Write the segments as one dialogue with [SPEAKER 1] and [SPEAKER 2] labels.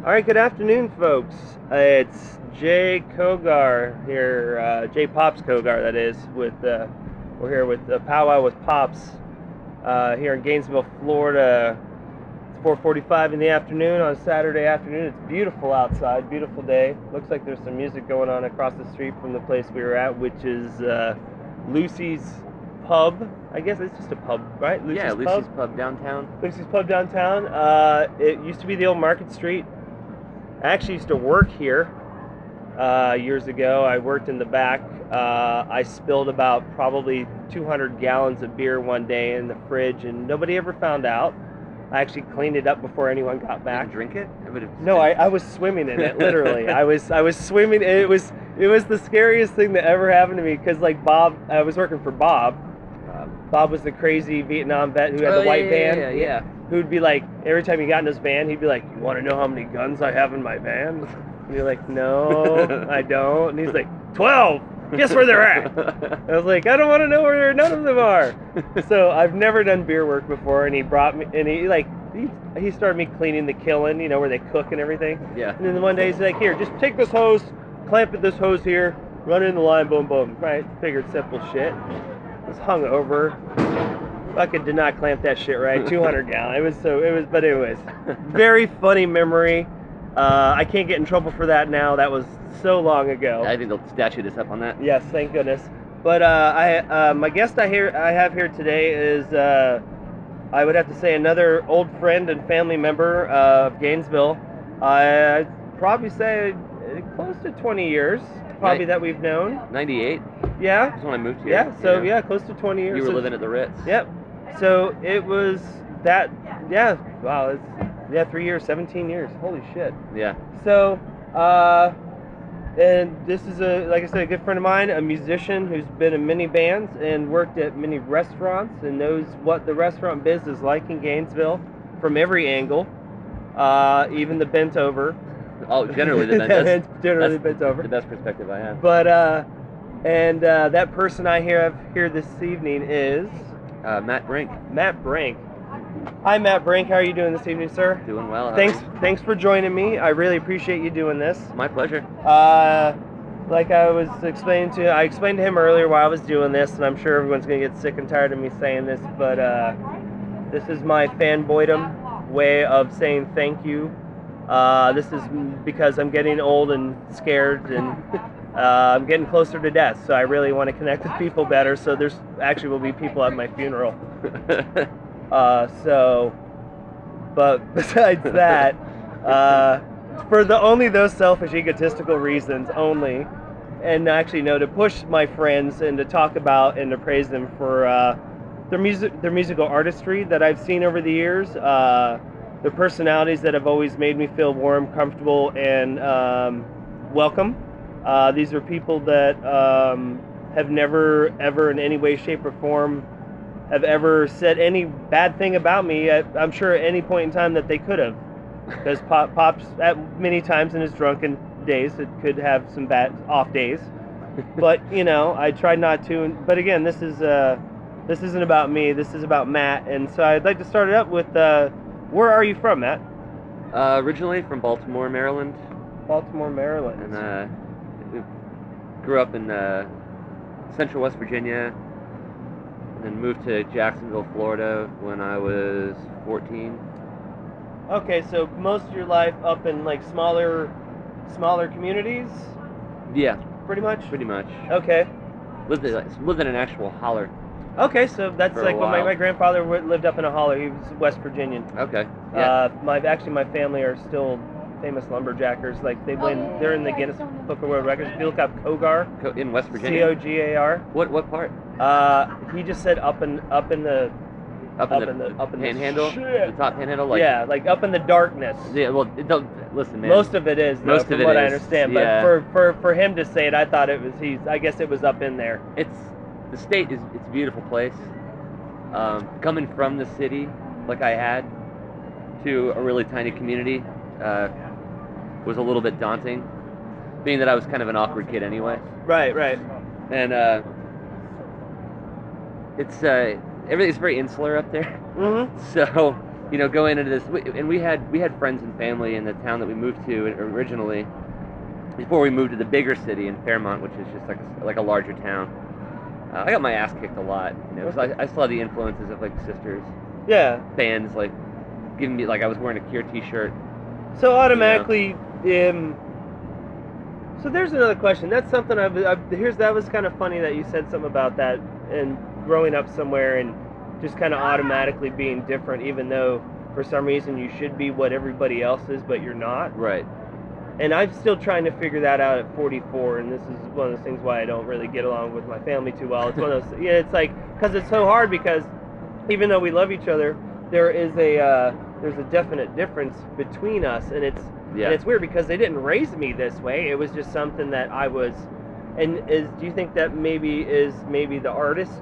[SPEAKER 1] All right, good afternoon, folks. Uh, It's Jay Kogar here, uh, Jay Pops Kogar, that is. With uh, we're here with uh, Powwow with Pops uh, here in Gainesville, Florida. It's 4:45 in the afternoon on Saturday afternoon. It's beautiful outside, beautiful day. Looks like there's some music going on across the street from the place we were at, which is uh, Lucy's Pub. I guess it's just a pub, right? Lucy's
[SPEAKER 2] yeah,
[SPEAKER 1] Pub?
[SPEAKER 2] Lucy's Pub downtown.
[SPEAKER 1] Lucy's Pub downtown. Uh, it used to be the old Market Street. I actually used to work here uh, years ago. I worked in the back. Uh, I spilled about probably 200 gallons of beer one day in the fridge, and nobody ever found out. I actually cleaned it up before anyone got back.
[SPEAKER 2] Didn't drink it? I would have.
[SPEAKER 1] No, I, I was swimming in it literally. I was I was swimming. It was it was the scariest thing that ever happened to me because like Bob, I was working for Bob. Bob was the crazy Vietnam vet who had the white
[SPEAKER 2] Oh, yeah,
[SPEAKER 1] van
[SPEAKER 2] Yeah, yeah.
[SPEAKER 1] who'd be like, every time he got in his van, he'd be like, "You want to know how many guns I have in my van?" And you're like, "No, I don't." And he's like, 12! Guess where they're at." I was like, "I don't want to know where none of them are." So I've never done beer work before, and he brought me, and he like, he, he started me cleaning the kiln, you know, where they cook and everything.
[SPEAKER 2] yeah.
[SPEAKER 1] And then one day he's like, "Here, just take this hose, clamp it this hose here, run it in the line, boom, boom." Right? Figured simple shit. Was hungover. Fucking did not clamp that shit right. 200 gallon. It was so. It was. But anyways, very funny memory. Uh, I can't get in trouble for that now. That was so long ago.
[SPEAKER 2] I think they'll statute us up on that.
[SPEAKER 1] Yes, thank goodness. But uh, I, uh, my guest I here I have here today is uh, I would have to say another old friend and family member of Gainesville. I I'd probably say uh, close to 20 years, probably
[SPEAKER 2] Right.
[SPEAKER 1] that we've known.
[SPEAKER 2] 98
[SPEAKER 1] Yeah,
[SPEAKER 2] is when I moved here.
[SPEAKER 1] yeah. So yeah, close to 20 years.
[SPEAKER 2] You were
[SPEAKER 1] So-
[SPEAKER 2] living at the Ritz.
[SPEAKER 1] Yep. So it was that. Yeah. Wow. It's yeah. Three years. 17 years. Holy shit.
[SPEAKER 2] Yeah.
[SPEAKER 1] So, uh, and this is a like I said, a good friend of mine, a musician who's been in many bands and worked at many restaurants and knows what the restaurant biz is like in Gainesville from every angle, uh, even the bent over.
[SPEAKER 2] Oh, generally the best. That's,
[SPEAKER 1] generally
[SPEAKER 2] that's
[SPEAKER 1] bent over.
[SPEAKER 2] the best perspective I have.
[SPEAKER 1] But uh, and uh, that person I have here this evening is
[SPEAKER 2] Uh, Matt Brink,
[SPEAKER 1] Matt Brink. Hi, Matt Brink. How are you doing this evening, sir?
[SPEAKER 2] doing well. How are
[SPEAKER 1] Thanks,
[SPEAKER 2] you?
[SPEAKER 1] thanks for joining me. I really appreciate you doing this.
[SPEAKER 2] My pleasure.
[SPEAKER 1] Uh, like I was explaining to, I explained to him earlier why I was doing this, and I'm sure everyone's gonna get sick and tired of me saying this, but uh, this is my fanboydom way of saying thank you. Uh, this is because I'm getting old and scared, and uh, I'm getting closer to death, so I really want to connect with people better. So there's actually will be people at my funeral. Uh, so, but besides that, uh, for the only those selfish, egotistical reasons only, and actually no, to push my friends and to talk about and to praise them for uh, their music, their musical artistry that I've seen over the years, uh, the personalities that have always made me feel warm, comfortable, and um, welcome. Uh, these are people that um, have never, ever, in any way, shape, or form have ever said any bad thing about me. At, I'm sure at any point in time that they could have, because Pop, Pops at many times in his drunken days it could have some bad off days. But you know, I tried not to. And, but again, this is uh, this isn't about me. This is about Matt. And so I'd like to start it up with, uh, where are you from, Matt?
[SPEAKER 2] Uh, originally from Baltimore, Maryland,
[SPEAKER 1] Baltimore, Maryland.
[SPEAKER 2] and uh, we grew up in uh, central West Virginia, and then moved to Jacksonville, Florida, when I was 14.
[SPEAKER 1] okay, so most of your life up in like smaller, smaller communities,
[SPEAKER 2] Yeah,
[SPEAKER 1] pretty much.
[SPEAKER 2] pretty much.
[SPEAKER 1] Okay.
[SPEAKER 2] Lived in, like, lived in an actual holler.
[SPEAKER 1] Okay, so that's
[SPEAKER 2] For a
[SPEAKER 1] like when my,
[SPEAKER 2] while.
[SPEAKER 1] my grandfather w- lived up in a holler. He was West Virginian.
[SPEAKER 2] Okay. Yeah.
[SPEAKER 1] Uh, my actually my family are still famous lumberjackers. Like they win, they're in the Guinness Book of World Records. If you look up Kogar,
[SPEAKER 2] Co- in West
[SPEAKER 1] Uh, C
[SPEAKER 2] Virginia.
[SPEAKER 1] O G A R.
[SPEAKER 2] What what part?
[SPEAKER 1] Uh, he just said up in up in the
[SPEAKER 2] Up,
[SPEAKER 1] Up
[SPEAKER 2] in, the,
[SPEAKER 1] in the- up in the
[SPEAKER 2] panhandle.
[SPEAKER 1] shit.
[SPEAKER 2] The top panhandle. Like,
[SPEAKER 1] yeah, like up in the darkness.
[SPEAKER 2] Yeah. Well, it don't, listen, man.
[SPEAKER 1] Most of it is, though,
[SPEAKER 2] Most
[SPEAKER 1] from
[SPEAKER 2] of it
[SPEAKER 1] what I
[SPEAKER 2] is,
[SPEAKER 1] understand.
[SPEAKER 2] yeah.
[SPEAKER 1] But for, for for him to say it, I thought it was he's. I guess it was up in there.
[SPEAKER 2] it's the state is it's a beautiful place. Um, coming from the city, like I had, to a really tiny community, uh, was a little bit daunting. Being that I was kind of an awkward kid anyway,
[SPEAKER 1] Right, right.
[SPEAKER 2] and uh, it's uh, everything's very insular up there.
[SPEAKER 1] Mm-hmm.
[SPEAKER 2] So you know, going into this, we, and we had we had friends and family in the town that we moved to originally, before we moved to the bigger city in Fairmont, which is just like a, like a larger town. Uh, I got my ass kicked a lot, you know, 'cause I, I saw the influences of like sisters,
[SPEAKER 1] Yeah.
[SPEAKER 2] fans like giving me like I was wearing a Cure T-shirt.
[SPEAKER 1] So automatically, um. So there's another question. That's something I've, I've. Here's that was kind of funny that you said something about that and growing up somewhere and just kind of automatically being different, even though for some reason you should be what everybody else is, but you're not.
[SPEAKER 2] Right.
[SPEAKER 1] And I'm still trying to figure that out at 44, and this is one of those things why I don't really get along with my family too well. It's one of those. Yeah, it's like because it's so hard because even though we love each other, there is a uh, there's a definite difference between us, and it's
[SPEAKER 2] Yeah.
[SPEAKER 1] and it's weird because they didn't raise me this way. It was just something that I was. And is do you think that maybe is maybe the artist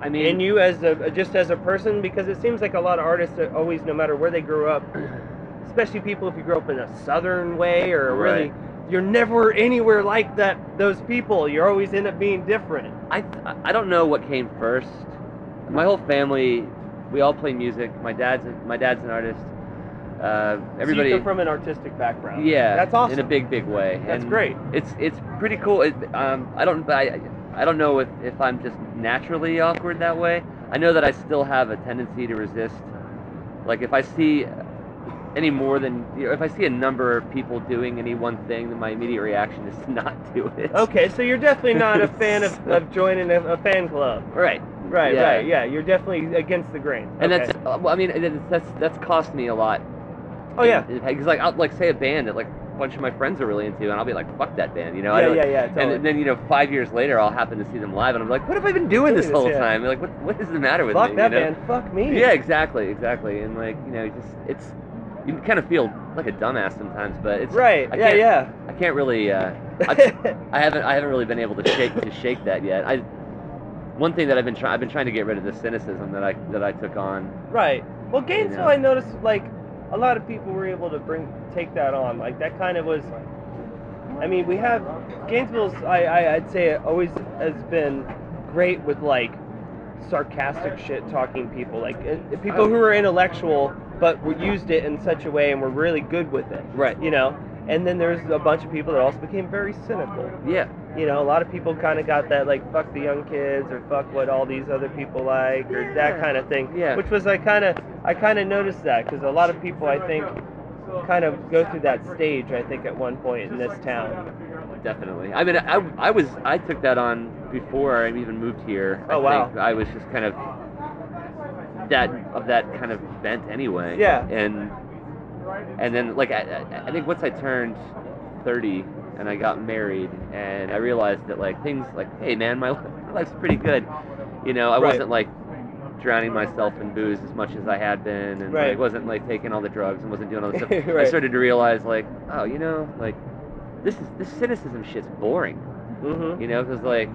[SPEAKER 2] I mean,
[SPEAKER 1] in you as a just as a person? Because it seems like a lot of artists are always, no matter where they grew up, especially people if you grew up in a southern way or a really,
[SPEAKER 2] Right.
[SPEAKER 1] you're never anywhere like that. Those people, you always end up being different.
[SPEAKER 2] I I don't know what came first. My whole family, we all play music. My dad's my dad's an artist. Uh, everybody.
[SPEAKER 1] so you come from an artistic background.
[SPEAKER 2] yeah,
[SPEAKER 1] that's awesome.
[SPEAKER 2] In a big, big way.
[SPEAKER 1] that's
[SPEAKER 2] And
[SPEAKER 1] great.
[SPEAKER 2] It's it's pretty cool. It, um, I don't I, I don't know if, if I'm just naturally awkward that way. I know that I still have a tendency to resist. Like if I see any more than you know, if I see a number of people doing any one thing, then my immediate reaction is to not do it.
[SPEAKER 1] Okay, so you're definitely not a fan of, of joining a, a fan club.
[SPEAKER 2] Right.
[SPEAKER 1] Right,
[SPEAKER 2] Yeah.
[SPEAKER 1] right, yeah. You're definitely against the grain.
[SPEAKER 2] And
[SPEAKER 1] Okay.
[SPEAKER 2] that's uh, well, I mean it- it's- that's that's cost me a lot.
[SPEAKER 1] oh yeah,
[SPEAKER 2] Because like I'll like say a band that like a bunch of my friends are really into, and I'll be like, fuck that band, you know? I
[SPEAKER 1] yeah,
[SPEAKER 2] don't-
[SPEAKER 1] yeah, yeah. Totally.
[SPEAKER 2] And then you know, five years later, I'll happen to see them live, and I'm like, what have I been doing this
[SPEAKER 1] Doing this,
[SPEAKER 2] whole
[SPEAKER 1] yeah.
[SPEAKER 2] time? Like, what what is the matter with
[SPEAKER 1] fuck
[SPEAKER 2] me?
[SPEAKER 1] that
[SPEAKER 2] you know?
[SPEAKER 1] man, fuck me.
[SPEAKER 2] Yeah, exactly, exactly. And like you know, just it's you kind of feel like a dumbass sometimes, but it's
[SPEAKER 1] Right.
[SPEAKER 2] I
[SPEAKER 1] yeah,
[SPEAKER 2] can't-
[SPEAKER 1] yeah.
[SPEAKER 2] I can't really. Uh, I, I haven't I haven't really been able to shake to shake that yet. I one thing that I've been trying I've been trying to get rid of the cynicism that I that I took on.
[SPEAKER 1] right. Well, Gainesville,
[SPEAKER 2] Yeah.
[SPEAKER 1] I noticed like a lot of people were able to bring take that on. Like that kind of was. I mean, we have Gainesville's. I, I I'd say it always has been great with like sarcastic shit talking people, like uh, people who are intellectual but were- used it in such a way and were really good with it.
[SPEAKER 2] Right.
[SPEAKER 1] You know. And then there's a bunch of people that also became very cynical.
[SPEAKER 2] Yeah.
[SPEAKER 1] you know, a lot of people kind of got that like fuck the young kids or fuck what all these other people like or that
[SPEAKER 2] Yeah.
[SPEAKER 1] kind of thing.
[SPEAKER 2] Yeah.
[SPEAKER 1] Which was I kind of I kind of noticed that because a lot of people I think kind of go through that stage I think at one point in this town.
[SPEAKER 2] Definitely. I mean, I, I was I took that on before I even moved here. I
[SPEAKER 1] Oh, wow.
[SPEAKER 2] Think. I was just kind of that of that kind of bent anyway.
[SPEAKER 1] Yeah.
[SPEAKER 2] And and then like I, I- I think once I turned thirty and I got married and I realized that like things like hey man my, li- my life's pretty good, you know I
[SPEAKER 1] Right.
[SPEAKER 2] wasn't like drowning myself in booze as much as I had been and
[SPEAKER 1] Right.
[SPEAKER 2] like wasn't like taking all the drugs and wasn't doing all this stuff. I
[SPEAKER 1] Right.
[SPEAKER 2] started to realize like oh you know like this is this cynicism shit's boring
[SPEAKER 1] Mm-hmm.
[SPEAKER 2] you know because like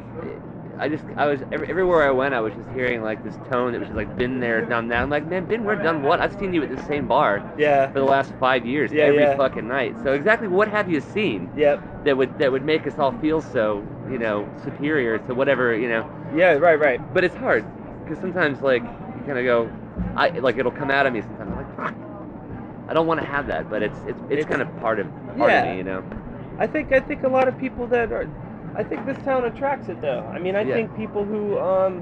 [SPEAKER 2] i just i was every, everywhere i went i was just hearing like this tone that was just like been there done that i'm like man been where done what i've seen you at the same bar
[SPEAKER 1] Yeah.
[SPEAKER 2] for the last five years
[SPEAKER 1] Yeah,
[SPEAKER 2] every
[SPEAKER 1] yeah.
[SPEAKER 2] fucking night so exactly what have you seen
[SPEAKER 1] Yep.
[SPEAKER 2] that would that would make us all feel so you know superior to whatever you know
[SPEAKER 1] Yeah. Right. Right.
[SPEAKER 2] but it's hard because sometimes like you kind of go i like it'll come out of me sometimes i'm like fuck i don't want to have that but it's it's it's,
[SPEAKER 1] It's-
[SPEAKER 2] kind of part of part
[SPEAKER 1] Yeah.
[SPEAKER 2] of me you know
[SPEAKER 1] I think I think a lot of people that are, I think this town attracts it though. I mean, I
[SPEAKER 2] Yeah.
[SPEAKER 1] think people who um,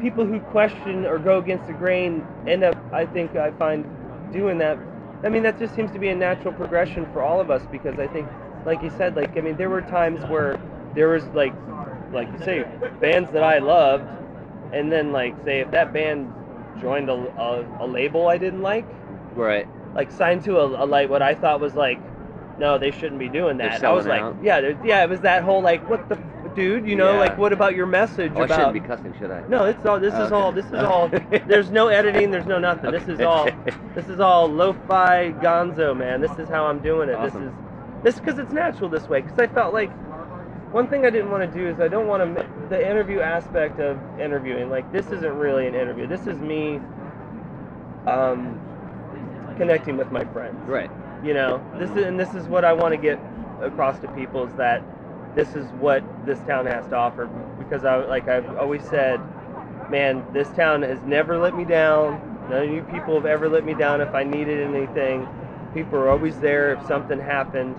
[SPEAKER 1] people who question or go against the grain end up. I think I find doing that. I mean, that just seems to be a natural progression for all of us because I think, like you said, like I mean, there were times where there was like, like you say, bands that I loved, and then like say if that band joined a, a, a label I didn't like
[SPEAKER 2] right
[SPEAKER 1] like signed to a, a like what I thought was like, no, they shouldn't be doing
[SPEAKER 2] They're
[SPEAKER 1] that. I was
[SPEAKER 2] selling
[SPEAKER 1] like,
[SPEAKER 2] out.
[SPEAKER 1] yeah, there- yeah, it was that whole like, what the f- dude, you know,
[SPEAKER 2] Yeah.
[SPEAKER 1] like what about your message
[SPEAKER 2] oh, i
[SPEAKER 1] about?
[SPEAKER 2] shouldn't be cussing should i
[SPEAKER 1] No, it's all. This
[SPEAKER 2] Oh,
[SPEAKER 1] is
[SPEAKER 2] okay.
[SPEAKER 1] all. This is all. There's no editing. There's no nothing. This is all. This is all lo-fi gonzo, man. This is how I'm doing it.
[SPEAKER 2] Awesome.
[SPEAKER 1] This is this because it's natural this way. Because I felt like one thing I didn't want to do is I don't want to the interview aspect of interviewing. Like this isn't really an interview. This is me um, connecting with my friends
[SPEAKER 2] right
[SPEAKER 1] you know this is and this is what i want to get across to people is that this is what this town has to offer because i like i've always said man this town has never let me down None of you people have ever let me down if I needed anything. People are always there if something happened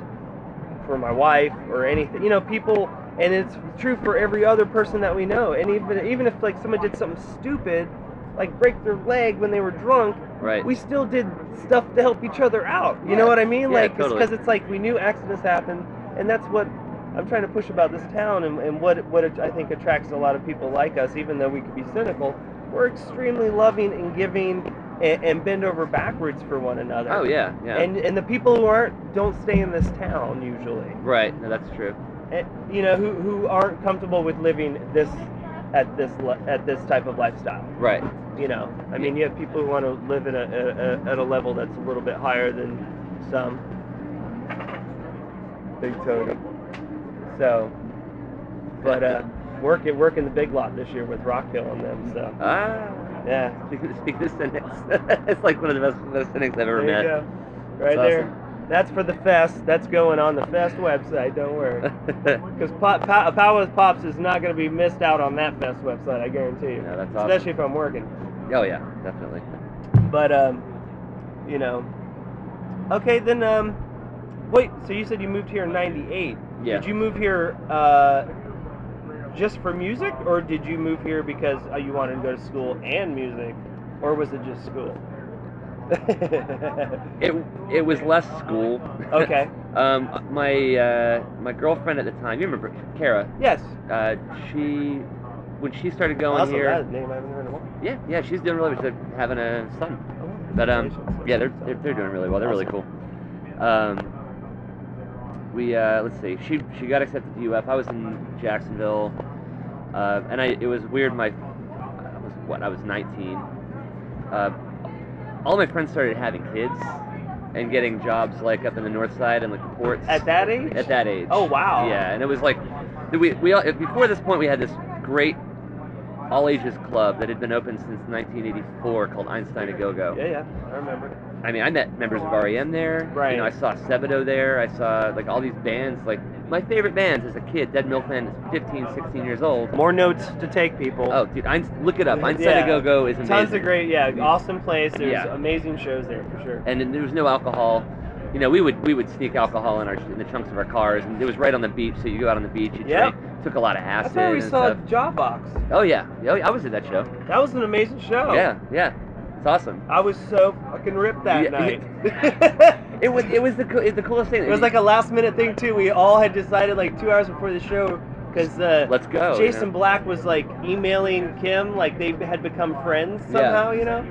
[SPEAKER 1] for my wife or anything. You know, people, and it's true for every other person that we know. And even even if like someone did something stupid, like break their leg when they were drunk,
[SPEAKER 2] Right.
[SPEAKER 1] we still did stuff to help each other out. You know
[SPEAKER 2] Yeah.
[SPEAKER 1] what I mean?
[SPEAKER 2] Yeah,
[SPEAKER 1] like, because
[SPEAKER 2] totally.
[SPEAKER 1] it's like we knew accidents happen, and that's what I'm trying to push about this town and, and what what it, I think attracts a lot of people like us, even though we could be cynical. We're extremely loving and giving and, and bend over backwards for one another.
[SPEAKER 2] oh yeah, yeah.
[SPEAKER 1] And, and the people who aren't don't stay in this town usually,
[SPEAKER 2] right. No, that's true.
[SPEAKER 1] Eh, you know, who, who aren't comfortable with living this at this li- at this type of lifestyle
[SPEAKER 2] Right.
[SPEAKER 1] you know i mean you have people who want to live at a, a, a, at a level that's a little bit higher than some big tony so but uh work at work in the big lot this year with rock hill and them so
[SPEAKER 2] Ah.
[SPEAKER 1] yeah
[SPEAKER 2] Speaking of cynics, it's like one of the best, best cynics I've ever
[SPEAKER 1] there you
[SPEAKER 2] met.
[SPEAKER 1] go right
[SPEAKER 2] That's
[SPEAKER 1] there that's for the fest that's going on the fest website don't worry
[SPEAKER 2] awesome.
[SPEAKER 1] because pop, pop, power with pops is not going to be missed out on that fest website i guarantee you
[SPEAKER 2] yeah, that's awesome.
[SPEAKER 1] especially if i'm working
[SPEAKER 2] Oh yeah, definitely.
[SPEAKER 1] But um, you know. Okay, then um, wait. So you said you moved here in '98.
[SPEAKER 2] Yeah.
[SPEAKER 1] Did you move here uh, just for music, or did you move here because uh, you wanted to go to school and music, or was it just school?
[SPEAKER 2] It it was less school.
[SPEAKER 1] okay.
[SPEAKER 2] um, my uh, my girlfriend at the time, you remember Kara?
[SPEAKER 1] Yes.
[SPEAKER 2] Uh, she when she started going
[SPEAKER 1] also,
[SPEAKER 2] here,
[SPEAKER 1] that name I haven't heard in a while.
[SPEAKER 2] yeah, yeah, she's doing really. well. She's having a son.
[SPEAKER 1] Oh,
[SPEAKER 2] But um,
[SPEAKER 1] congratulations.
[SPEAKER 2] yeah, they're they're, they're doing really well. They're really cool. Um, we uh, let's see. She she got accepted to UF. I was in Jacksonville, uh, and I it was weird. My I was what I was 19. Uh, all my friends started having kids and getting jobs like up in the north side and like the ports
[SPEAKER 1] At that age.
[SPEAKER 2] at that age.
[SPEAKER 1] Oh wow.
[SPEAKER 2] Yeah, and it was like we we all, before this point we had this great all ages club that had been open since 1984 called Einstein a Go Go.
[SPEAKER 1] Yeah, yeah. I remember.
[SPEAKER 2] I mean, I met members of REM there.
[SPEAKER 1] Right.
[SPEAKER 2] You know, I saw Sebadoh there. I saw like all these bands. Like my favorite bands as a kid, Dead Milkman, is 15, 16 years old.
[SPEAKER 1] More notes to take, people.
[SPEAKER 2] Oh, dude, Einst- look it up. Einstein
[SPEAKER 1] Yeah.
[SPEAKER 2] a Go Go is amazing.
[SPEAKER 1] Tons of great, yeah, awesome place. There's
[SPEAKER 2] Yeah.
[SPEAKER 1] amazing shows there for sure.
[SPEAKER 2] and then there was no alcohol. You know, we would we would sneak alcohol in our in the chunks of our cars, and it was right on the beach. So you go out on the beach, you
[SPEAKER 1] Yep.
[SPEAKER 2] drank, took a lot of
[SPEAKER 1] That's
[SPEAKER 2] acid.
[SPEAKER 1] where we
[SPEAKER 2] and
[SPEAKER 1] saw
[SPEAKER 2] stuff.
[SPEAKER 1] Jawbox.
[SPEAKER 2] Oh yeah, yeah, I was at that show.
[SPEAKER 1] That was an amazing show.
[SPEAKER 2] Yeah, yeah, it's awesome.
[SPEAKER 1] I was so fucking ripped that
[SPEAKER 2] Yeah.
[SPEAKER 1] night.
[SPEAKER 2] It was it was the co- it's the coolest thing.
[SPEAKER 1] it was like a last minute thing too. We all had decided like two hours before the show because uh,
[SPEAKER 2] let's go. you know?
[SPEAKER 1] Jason Black was like emailing Kim like they had become friends
[SPEAKER 2] Yeah.
[SPEAKER 1] somehow, you know?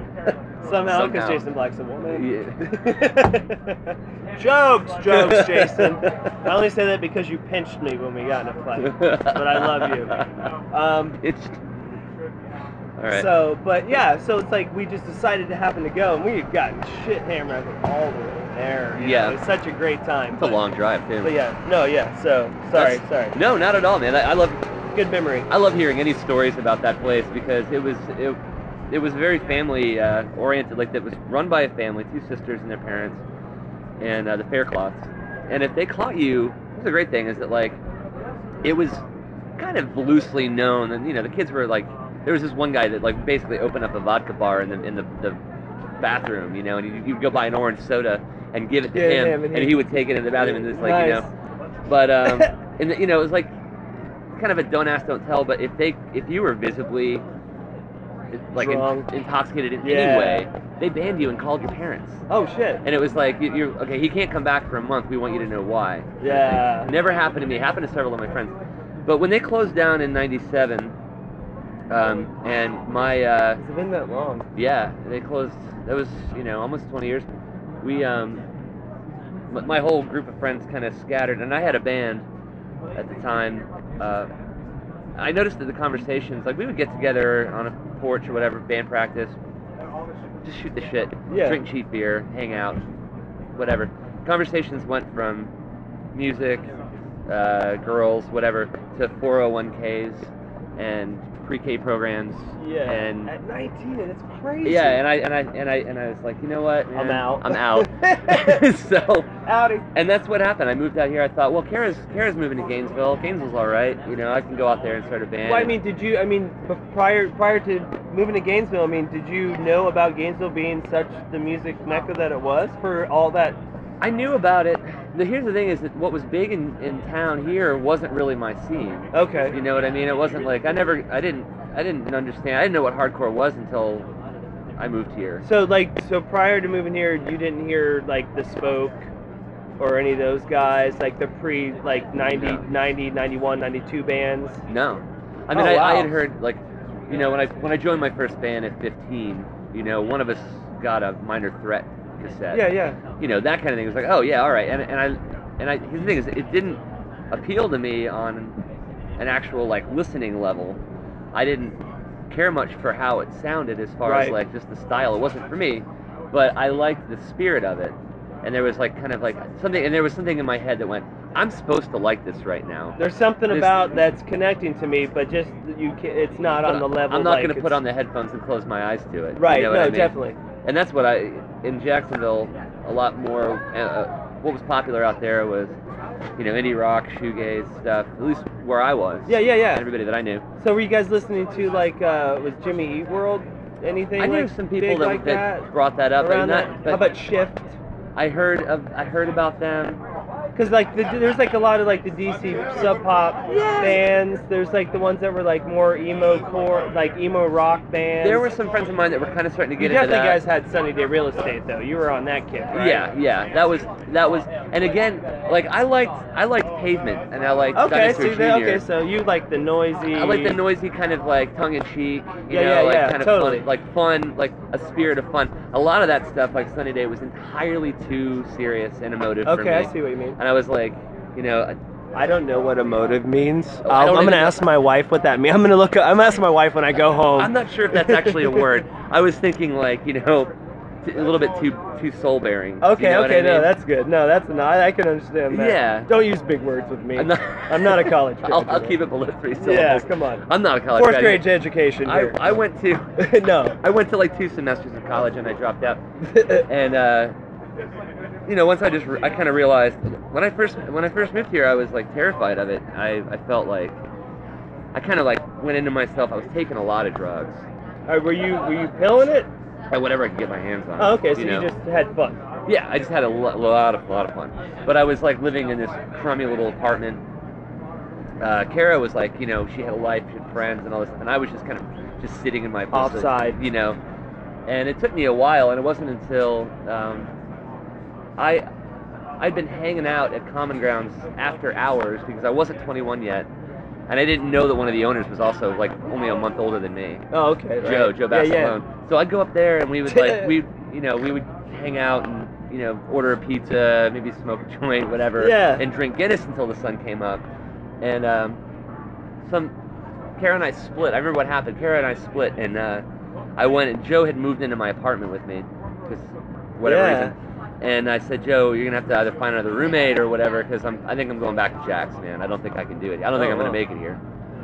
[SPEAKER 1] Somehow, because
[SPEAKER 2] Somehow.
[SPEAKER 1] Jason Black's a woman.
[SPEAKER 2] Yeah.
[SPEAKER 1] jokes, jokes, Jason. I only say that because you pinched me when we got in a fight.
[SPEAKER 2] but
[SPEAKER 1] I love you. Um,
[SPEAKER 2] It's all right.
[SPEAKER 1] So, but yeah, so it's like we just decided to happen to go, and we had gotten shit hammered I think, all the way there. you
[SPEAKER 2] Yeah.
[SPEAKER 1] know, it was such a great time.
[SPEAKER 2] it's a
[SPEAKER 1] but,
[SPEAKER 2] long drive too.
[SPEAKER 1] But yeah, no, yeah. So sorry, sorry.
[SPEAKER 2] No, not at all, man. I, I love
[SPEAKER 1] Good memory.
[SPEAKER 2] I love hearing any stories about that place because it was it, it was very family uh, oriented. Like that was run by a family, two sisters and their parents, and uh, the Faircloths. And if they caught you, this is a great thing. Is that like it was kind of loosely known, and you know the kids were like there was this one guy that like basically opened up a vodka bar in the in the, the bathroom, you know, and you would go buy an orange soda and give it to
[SPEAKER 1] Yeah,
[SPEAKER 2] him,
[SPEAKER 1] yeah, but
[SPEAKER 2] and
[SPEAKER 1] he-
[SPEAKER 2] he would take it in the bathroom and just like you
[SPEAKER 1] nice.
[SPEAKER 2] know but um, and you know, it was like kind of a don't ask, don't tell. But if they, if you were visibly like in-
[SPEAKER 1] Drunk.
[SPEAKER 2] intoxicated in
[SPEAKER 1] Yeah.
[SPEAKER 2] any way, they banned you and called your parents.
[SPEAKER 1] Oh shit.
[SPEAKER 2] And it was like you, you're okay. He can't come back for a month. We want you to know why. kind of thing.
[SPEAKER 1] Yeah.
[SPEAKER 2] Never happened to me. Happened to several of my friends. But when they closed down in '97, um, and my uh,
[SPEAKER 1] Has it been that long?
[SPEAKER 2] yeah, they closed. That was you know almost 20 years. We um, my, my whole group of friends kind of scattered, and I had a band at the time. Uh, I noticed that the conversations, like we would get together on a porch or whatever, band practice, just shoot the shit,
[SPEAKER 1] Yeah.
[SPEAKER 2] drink cheap beer, hang out, whatever. Conversations went from music, uh, girls, whatever, to 401ks, and pre-K programs.
[SPEAKER 1] Yeah.
[SPEAKER 2] And
[SPEAKER 1] at 19, and it's crazy.
[SPEAKER 2] yeah, and I and I and I and I was like, you know what?
[SPEAKER 1] I'm
[SPEAKER 2] man?
[SPEAKER 1] out.
[SPEAKER 2] I'm out. so
[SPEAKER 1] Howdy.
[SPEAKER 2] and that's what happened. I moved out here. I thought, well, Kara's Kara's moving to Gainesville. Gainesville's all right. You know, I can go out there and start a band.
[SPEAKER 1] Well, I mean, did you? I mean, b- prior prior to moving to Gainesville, I mean, did you know about Gainesville being such the music mecca that it was for all that?
[SPEAKER 2] I knew about it. The, here's the thing: is that what was big in, in town here wasn't really my scene.
[SPEAKER 1] Okay.
[SPEAKER 2] You know what I mean? It wasn't like I never, I didn't, I didn't understand. I didn't know what hardcore was until I moved here.
[SPEAKER 1] So like, so prior to moving here, you didn't hear like the Spoke or any of those guys, like the pre like 90,
[SPEAKER 2] No.
[SPEAKER 1] 90, 91, 92 bands.
[SPEAKER 2] No, I mean,
[SPEAKER 1] Oh,
[SPEAKER 2] I,
[SPEAKER 1] wow.
[SPEAKER 2] I had heard like, you know, when I when I joined my first band at 15, you know, one of us got a Minor Threat cassette.
[SPEAKER 1] Yeah, yeah.
[SPEAKER 2] You know that kind of thing. It was like, oh yeah, all right. And and I and I here's the thing: is it didn't appeal to me on an actual like listening level. I didn't care much for how it sounded as far as
[SPEAKER 1] Right.
[SPEAKER 2] like just the style. It wasn't for me, but I liked the spirit of it. And there was like kind of like something, and there was something in my head that went, I'm supposed to like this right now.
[SPEAKER 1] There's something
[SPEAKER 2] This-
[SPEAKER 1] about that's connecting to me, but just you can It's not on the
[SPEAKER 2] But
[SPEAKER 1] level.
[SPEAKER 2] I'm not
[SPEAKER 1] like,
[SPEAKER 2] going to put
[SPEAKER 1] it's-
[SPEAKER 2] on the headphones and close my eyes to it.
[SPEAKER 1] Right.
[SPEAKER 2] You know what
[SPEAKER 1] no,
[SPEAKER 2] I mean?
[SPEAKER 1] definitely.
[SPEAKER 2] And that's what I in Jacksonville a lot more. Uh, uh, what was popular out there was, you know, indie rock, shoegaze stuff. At least where I was.
[SPEAKER 1] Yeah, yeah, yeah.
[SPEAKER 2] Everybody that I knew.
[SPEAKER 1] So were you guys listening to like uh was Jimmy Eat World anything?
[SPEAKER 2] I knew
[SPEAKER 1] like,
[SPEAKER 2] some
[SPEAKER 1] big
[SPEAKER 2] people that,
[SPEAKER 1] like that,
[SPEAKER 2] that, brought that up,
[SPEAKER 1] around
[SPEAKER 2] but
[SPEAKER 1] that?
[SPEAKER 2] not.
[SPEAKER 1] How
[SPEAKER 2] But
[SPEAKER 1] about Shift?
[SPEAKER 2] I heard of I heard about them.
[SPEAKER 1] Because like the, there's like a lot of like the DC sub pop bands. There's like the ones that were like more emo core, like emo rock bands.
[SPEAKER 2] There were some friends of mine that were kind of starting to
[SPEAKER 1] you
[SPEAKER 2] get into
[SPEAKER 1] definitely
[SPEAKER 2] that.
[SPEAKER 1] guys had Sunny Day Real Estate though. You were on that kick, right?
[SPEAKER 2] Yeah, yeah. That was that was, and again, like I liked I liked Pavement and I liked
[SPEAKER 1] Okay,
[SPEAKER 2] Dinosaur
[SPEAKER 1] see that.
[SPEAKER 2] Jr.
[SPEAKER 1] Okay, so you like the noisy.
[SPEAKER 2] I like the noisy kind of like tongue in cheek, you
[SPEAKER 1] Yeah,
[SPEAKER 2] know,
[SPEAKER 1] yeah,
[SPEAKER 2] like
[SPEAKER 1] yeah,
[SPEAKER 2] kind of
[SPEAKER 1] totally.
[SPEAKER 2] funny, like fun, like a spirit of fun. A lot of that stuff, like Sunny Day, was entirely too serious and emotive for
[SPEAKER 1] Okay,
[SPEAKER 2] me.
[SPEAKER 1] I see what you mean.
[SPEAKER 2] And I was like, you know,
[SPEAKER 1] I don't know what emotive means. Um,
[SPEAKER 2] I
[SPEAKER 1] I'm
[SPEAKER 2] don't
[SPEAKER 1] gonna
[SPEAKER 2] even-
[SPEAKER 1] ask my wife what that means. I'm gonna look. Up, I'm asking my wife when I go home.
[SPEAKER 2] I'm not sure if that's actually a word. I was thinking like, you know, t- a little bit too too soul bearing.
[SPEAKER 1] Okay, okay, no, that's good. No, that's not. I can understand that.
[SPEAKER 2] Yeah.
[SPEAKER 1] Don't use big words with me.
[SPEAKER 2] I'm not,
[SPEAKER 1] I'm not a college
[SPEAKER 2] I'll, I'll
[SPEAKER 1] graduate.
[SPEAKER 2] keep it below three syllables.
[SPEAKER 1] Yeah, come on.
[SPEAKER 2] I'm not a college
[SPEAKER 1] Fourth
[SPEAKER 2] graduate.
[SPEAKER 1] grade education.
[SPEAKER 2] I,
[SPEAKER 1] Here.
[SPEAKER 2] I went to
[SPEAKER 1] no.
[SPEAKER 2] I went to like two semesters of college and I dropped out. and uh, you know, once I just I kind of realized when I first when I first moved here, I was like terrified of it. I, I felt like I kind of like went into myself. I was taking a lot of drugs,
[SPEAKER 1] Uh, were you were you pilling it?
[SPEAKER 2] like whatever I could get my hands on.
[SPEAKER 1] Oh, okay, so you,
[SPEAKER 2] know?
[SPEAKER 1] just had fun.
[SPEAKER 2] yeah, I just had a lo- lot of lot of fun. But I was like living in this crummy little apartment. Uh, Kara was like, you know, she had a life, she had friends, and all this, and I was just kind of just sitting in my apartment,
[SPEAKER 1] Offside.
[SPEAKER 2] you know. And it took me a while, and it wasn't until um, I I'd been hanging out at Common Grounds after hours because I wasn't 21 yet, and I didn't know that one of the owners was also like only a month older than me.
[SPEAKER 1] Oh, okay. right.
[SPEAKER 2] Joe, Joe
[SPEAKER 1] Yeah,
[SPEAKER 2] Bassalone.
[SPEAKER 1] yeah.
[SPEAKER 2] So I'd go up there and we would like we you know, we would hang out and you know, order a pizza, maybe smoke a joint, whatever.
[SPEAKER 1] Yeah.
[SPEAKER 2] And drink Guinness until the sun came up. And um some Kara and I split. I remember what happened. Kara and I split and uh I went and Joe had moved into my apartment with me because whatever
[SPEAKER 1] Yeah.
[SPEAKER 2] reason. And I said, Joe, you're gonna have to either find another roommate or whatever, because I'm. I think I'm going back to Jack's, man. I don't think I can do it. I don't think
[SPEAKER 1] Oh,
[SPEAKER 2] I'm gonna
[SPEAKER 1] wow.
[SPEAKER 2] make it here.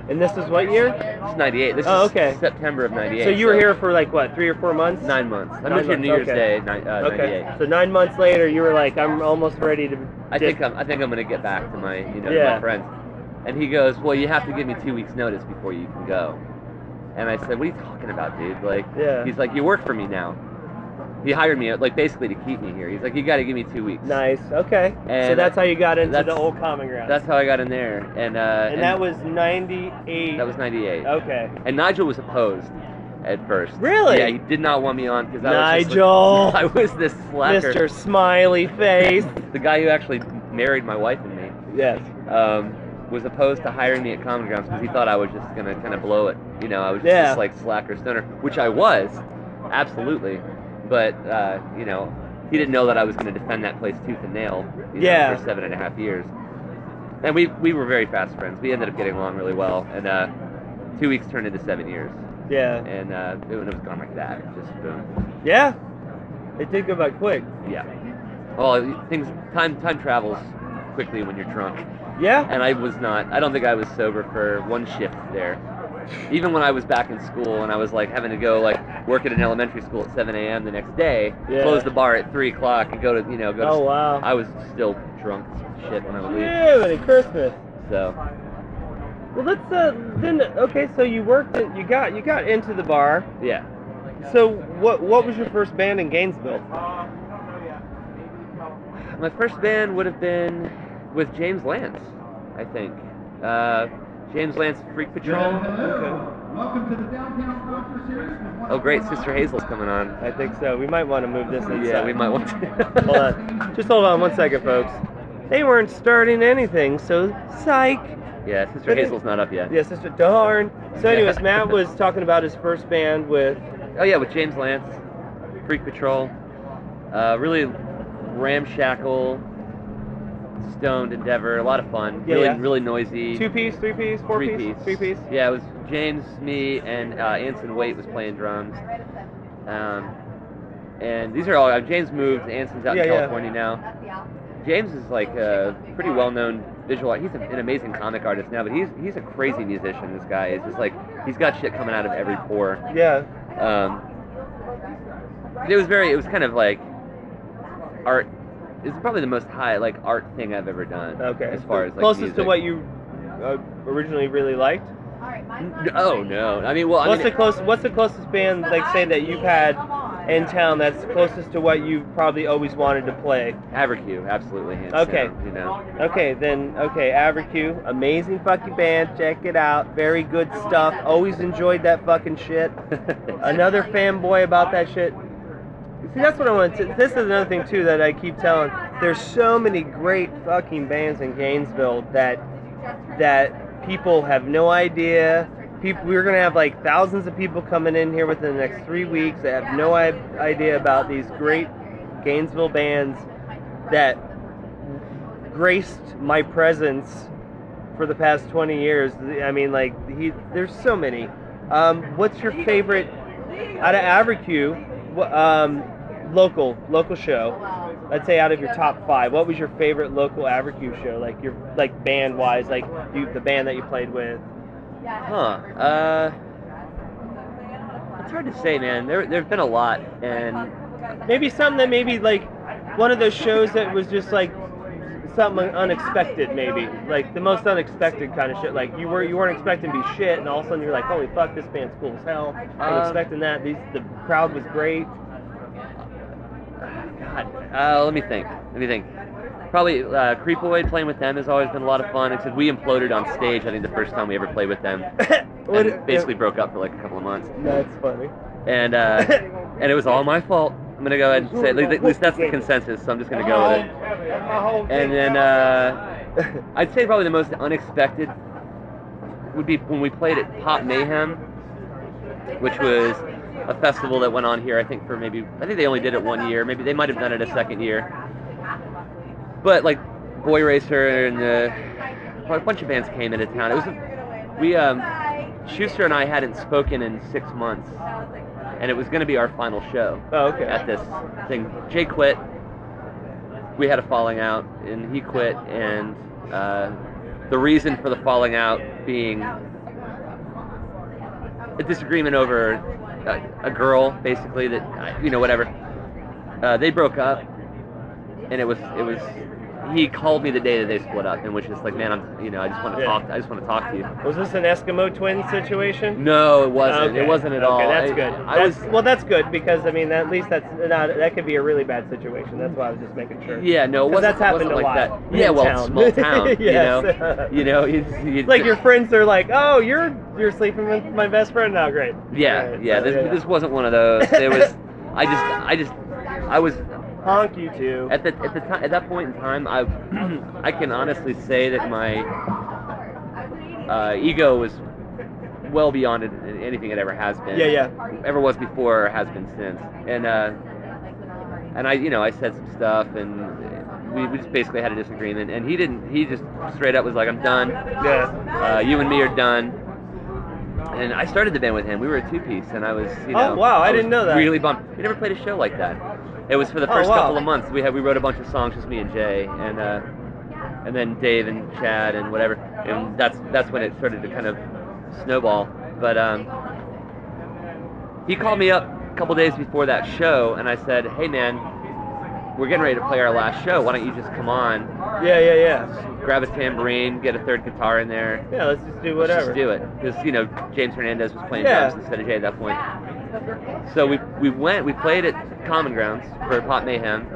[SPEAKER 1] And this is what year?
[SPEAKER 2] It's '98. This
[SPEAKER 1] Oh,
[SPEAKER 2] is
[SPEAKER 1] okay.
[SPEAKER 2] September of '98.
[SPEAKER 1] So you were here for like what, three or four months?
[SPEAKER 2] Nine months. I
[SPEAKER 1] Nine
[SPEAKER 2] moved here
[SPEAKER 1] months,
[SPEAKER 2] New Year's
[SPEAKER 1] okay.
[SPEAKER 2] Day, ni- uh,
[SPEAKER 1] Okay.
[SPEAKER 2] 98.
[SPEAKER 1] So nine months later, you were like, I'm almost ready to.
[SPEAKER 2] I think I'm, I think I'm gonna get back to my, you know, to
[SPEAKER 1] Yeah.
[SPEAKER 2] my friends. And he goes, well, you have to give me two weeks notice before you can go. And I said, what are you talking about, dude? Like,
[SPEAKER 1] Yeah.
[SPEAKER 2] he's like, you work for me now. He hired me, like, basically to keep me here. He's like, you got to give me two weeks.
[SPEAKER 1] Nice. Okay. so
[SPEAKER 2] And
[SPEAKER 1] that's how you got into the
[SPEAKER 2] that's-
[SPEAKER 1] old common ground.
[SPEAKER 2] That's how I got in there, and uh,
[SPEAKER 1] and, that was '98.
[SPEAKER 2] that was '98.
[SPEAKER 1] Okay.
[SPEAKER 2] And Nigel was opposed at first.
[SPEAKER 1] Really?
[SPEAKER 2] Yeah, he did not want me on because I was just
[SPEAKER 1] Nigel.
[SPEAKER 2] like- I was this slacker.
[SPEAKER 1] Mr. Smiley Face.
[SPEAKER 2] The guy who actually married my wife and me
[SPEAKER 1] yes.
[SPEAKER 2] um, was opposed to hiring me at Common Grounds because he thought I was just gonna kind of blow it. You know, I was just
[SPEAKER 1] Yeah.
[SPEAKER 2] this, like slacker stoner, which I was, absolutely. But uh, you know, he didn't know that I was gonna defend that place tooth and nail. you know,
[SPEAKER 1] Yeah.
[SPEAKER 2] for seven and a half years. And we we were very fast friends. We ended up getting along really well, and uh, two weeks turned into seven years,
[SPEAKER 1] Yeah.
[SPEAKER 2] and uh, it, when it was gone like that. It just boom.
[SPEAKER 1] Yeah. It did go by quick.
[SPEAKER 2] Yeah. Well, things time time travels quickly when you're drunk.
[SPEAKER 1] Yeah.
[SPEAKER 2] and I was not. I don't think I was sober for one shift there. Even when I was back in school and I was like having to go like work at an elementary school at 7 a.m. the next day,
[SPEAKER 1] Yeah.
[SPEAKER 2] close the bar at 3 o'clock, and go to you know go. To,
[SPEAKER 1] Oh wow.
[SPEAKER 2] I was still drunk as shit when I would leave.
[SPEAKER 1] Yeah, buddy, Christmas.
[SPEAKER 2] So
[SPEAKER 1] Well, let's uh, then. Okay, so you worked. At, you got you got into the bar.
[SPEAKER 2] yeah,
[SPEAKER 1] So what what was your first band in Gainesville?
[SPEAKER 2] my first band would have been with James Lance, I think. Uh, James Lance Freak Patrol.
[SPEAKER 3] Welcome to the Downtown Sponsor Series. with one
[SPEAKER 2] Oh great,
[SPEAKER 3] of our
[SPEAKER 2] Sister Hazel's coming on.
[SPEAKER 1] I think so. We might want to move this inside.
[SPEAKER 2] Yeah, we might want
[SPEAKER 1] Hold
[SPEAKER 2] to.
[SPEAKER 1] on. Just hold on one second, folks. They weren't starting anything, so psych.
[SPEAKER 2] yeah, Sister Hazel's not up yet.
[SPEAKER 1] Yes, sister. Darn. So, anyways,
[SPEAKER 2] Yeah.
[SPEAKER 1] Matt was talking about his first band with.
[SPEAKER 2] Oh yeah, with James Lance, Freak Patrol, uh, really ramshackle, stoned endeavor, a lot of fun,
[SPEAKER 1] Yeah,
[SPEAKER 2] really
[SPEAKER 1] yeah.
[SPEAKER 2] really noisy.
[SPEAKER 1] Two piece, three piece, four
[SPEAKER 2] three
[SPEAKER 1] piece, three piece.
[SPEAKER 2] Yeah, it was James, me, and uh, Anson Waite was playing drums. Um, and these are all. Uh, James moved. Anson's out
[SPEAKER 1] Yeah,
[SPEAKER 2] in
[SPEAKER 1] yeah.
[SPEAKER 2] California now. James is like a pretty well-known visual. art- He's an amazing comic artist now, but he's he's a crazy musician. This guy is just like he's got shit coming out of every pore.
[SPEAKER 1] Yeah.
[SPEAKER 2] Um, it was very. It was kind of like art. It's probably the most high like art thing I've ever done.
[SPEAKER 1] Okay.
[SPEAKER 2] As far as like,
[SPEAKER 1] closest to
[SPEAKER 2] music.
[SPEAKER 1] what you uh, originally really liked.
[SPEAKER 2] N- Oh no! I mean, well, I
[SPEAKER 1] what's
[SPEAKER 2] mean,
[SPEAKER 1] the close? What's the closest band like say that you've had in town that's closest to what you probably always wanted to play?
[SPEAKER 2] Havercue, absolutely. Hands
[SPEAKER 1] Okay.
[SPEAKER 2] down, you know.
[SPEAKER 1] Okay, then okay, Avercue, amazing fucking band. Check it out. Very good stuff. Always enjoyed that fucking shit. Another fanboy about that shit. See, that's what I want to. This is another thing too that I keep telling. There's so many great fucking bands in Gainesville that that people have no idea. People, we're gonna have like thousands of people coming in here within the next three weeks that have no I- idea about these great Gainesville bands that graced my presence for the past 20 years. I mean, like, he, there's so many. Um, what's your favorite out of Avercue? wh- Um, local local
[SPEAKER 2] Oh,
[SPEAKER 1] show. Let's say out of your top five, what was your favorite local Avercue show? Like your like band wise, like you the band that you played with.
[SPEAKER 2] Huh? Uh, it's hard to say, man. There, there've been a lot, and
[SPEAKER 1] Maybe something that maybe like one of those shows that was just like something unexpected maybe like the most unexpected kind of shit like you were you weren't expecting to be shit and all of a sudden you're like holy fuck this band's cool as hell i
[SPEAKER 2] Um,
[SPEAKER 1] was expecting that these the crowd was great
[SPEAKER 2] God, uh, let me think. Let me think. Probably uh, Creepoid playing with them has always been a lot of fun. Except we imploded on stage. I think the first time we ever played with them,
[SPEAKER 1] What-
[SPEAKER 2] and basically broke up for like a couple of months.
[SPEAKER 1] that's funny
[SPEAKER 2] and uh, and it was all my fault. I'm gonna go ahead and say at least, at least that's the consensus. So I'm just gonna go with it. And then uh, I'd say probably the most unexpected would be when we played at Pop Mayhem, which was a festival that went on here. I think for maybe I think they only did it one year. Maybe they might have done it a second year. But like Boy Racer and uh, a bunch of bands came into town. It was a, we um, Schuster and I hadn't spoken in six months, and it was gonna be our final show
[SPEAKER 1] oh okay
[SPEAKER 2] at this thing. Jay quit. We had a falling out, and he quit. And uh, the reason for the falling out being a disagreement over uh, a, a girl, basically that you know whatever. Uh, they broke up, and it was it was. He called me the day that they split up, and was just like, "Man, I'm you know I just want to
[SPEAKER 1] Yeah.
[SPEAKER 2] talk. I just want to talk to you."
[SPEAKER 1] was this an eskimo twin situation
[SPEAKER 2] No, it wasn't.
[SPEAKER 1] Okay.
[SPEAKER 2] It wasn't at
[SPEAKER 1] okay,
[SPEAKER 2] all.
[SPEAKER 1] that's
[SPEAKER 2] I-
[SPEAKER 1] good.
[SPEAKER 2] I
[SPEAKER 1] that's,
[SPEAKER 2] was
[SPEAKER 1] well, that's good because I mean, at least that's not that could be a really bad situation. That's why I was just making sure.
[SPEAKER 2] Yeah, no, it
[SPEAKER 1] 'Cause
[SPEAKER 2] wasn't,
[SPEAKER 1] that's happened
[SPEAKER 2] wasn't
[SPEAKER 1] a
[SPEAKER 2] like
[SPEAKER 1] lot
[SPEAKER 2] that. Yeah,
[SPEAKER 1] in
[SPEAKER 2] well,
[SPEAKER 1] town.
[SPEAKER 2] small town, you
[SPEAKER 1] Yes.
[SPEAKER 2] know. You know, it's, it's
[SPEAKER 1] Like your friends are like, oh, you're you're sleeping with my best friend now. Great.
[SPEAKER 2] Yeah,
[SPEAKER 1] Alright,
[SPEAKER 2] yeah.
[SPEAKER 1] so,
[SPEAKER 2] This, this wasn't one of those. There was, I just, I just, I was
[SPEAKER 1] honk you two.
[SPEAKER 2] at the at the time at that point in time. I, I can honestly say that my uh, ego was well beyond it- anything it ever has been.
[SPEAKER 1] Yeah, yeah.
[SPEAKER 2] Ever was before or has been since, and uh, and I, you know, I said some stuff and. We, we just basically had a disagreement, and he didn't. He just straight up was like, "I'm done.
[SPEAKER 1] Yeah.
[SPEAKER 2] uh, you and me are done. And I started the band with him. We were a two-piece, and I was, you
[SPEAKER 1] Oh,
[SPEAKER 2] know,
[SPEAKER 1] wow, I
[SPEAKER 2] was
[SPEAKER 1] didn't know that.
[SPEAKER 2] Really bummed. We never played a show like that. It was for the
[SPEAKER 1] Oh,
[SPEAKER 2] first
[SPEAKER 1] wow.
[SPEAKER 2] couple of months. We had we wrote a bunch of songs, just me and Jay, and uh, and then Dave and Chad and whatever. And that's that's when it started to kind of snowball. But um, he called me up a couple days before that show, and I said, "Hey, man, we're getting ready to play our last show. Why don't you just come on,
[SPEAKER 1] Yeah, yeah, yeah.
[SPEAKER 2] grab a tambourine, get a third guitar in there,
[SPEAKER 1] Yeah, let's just do
[SPEAKER 2] Let's
[SPEAKER 1] whatever.
[SPEAKER 2] just do it. Because you know James Hernandez was playing
[SPEAKER 1] Yeah.
[SPEAKER 2] drums instead of Jay at that point. So we we went, we played at Common Grounds for Pop Mayhem,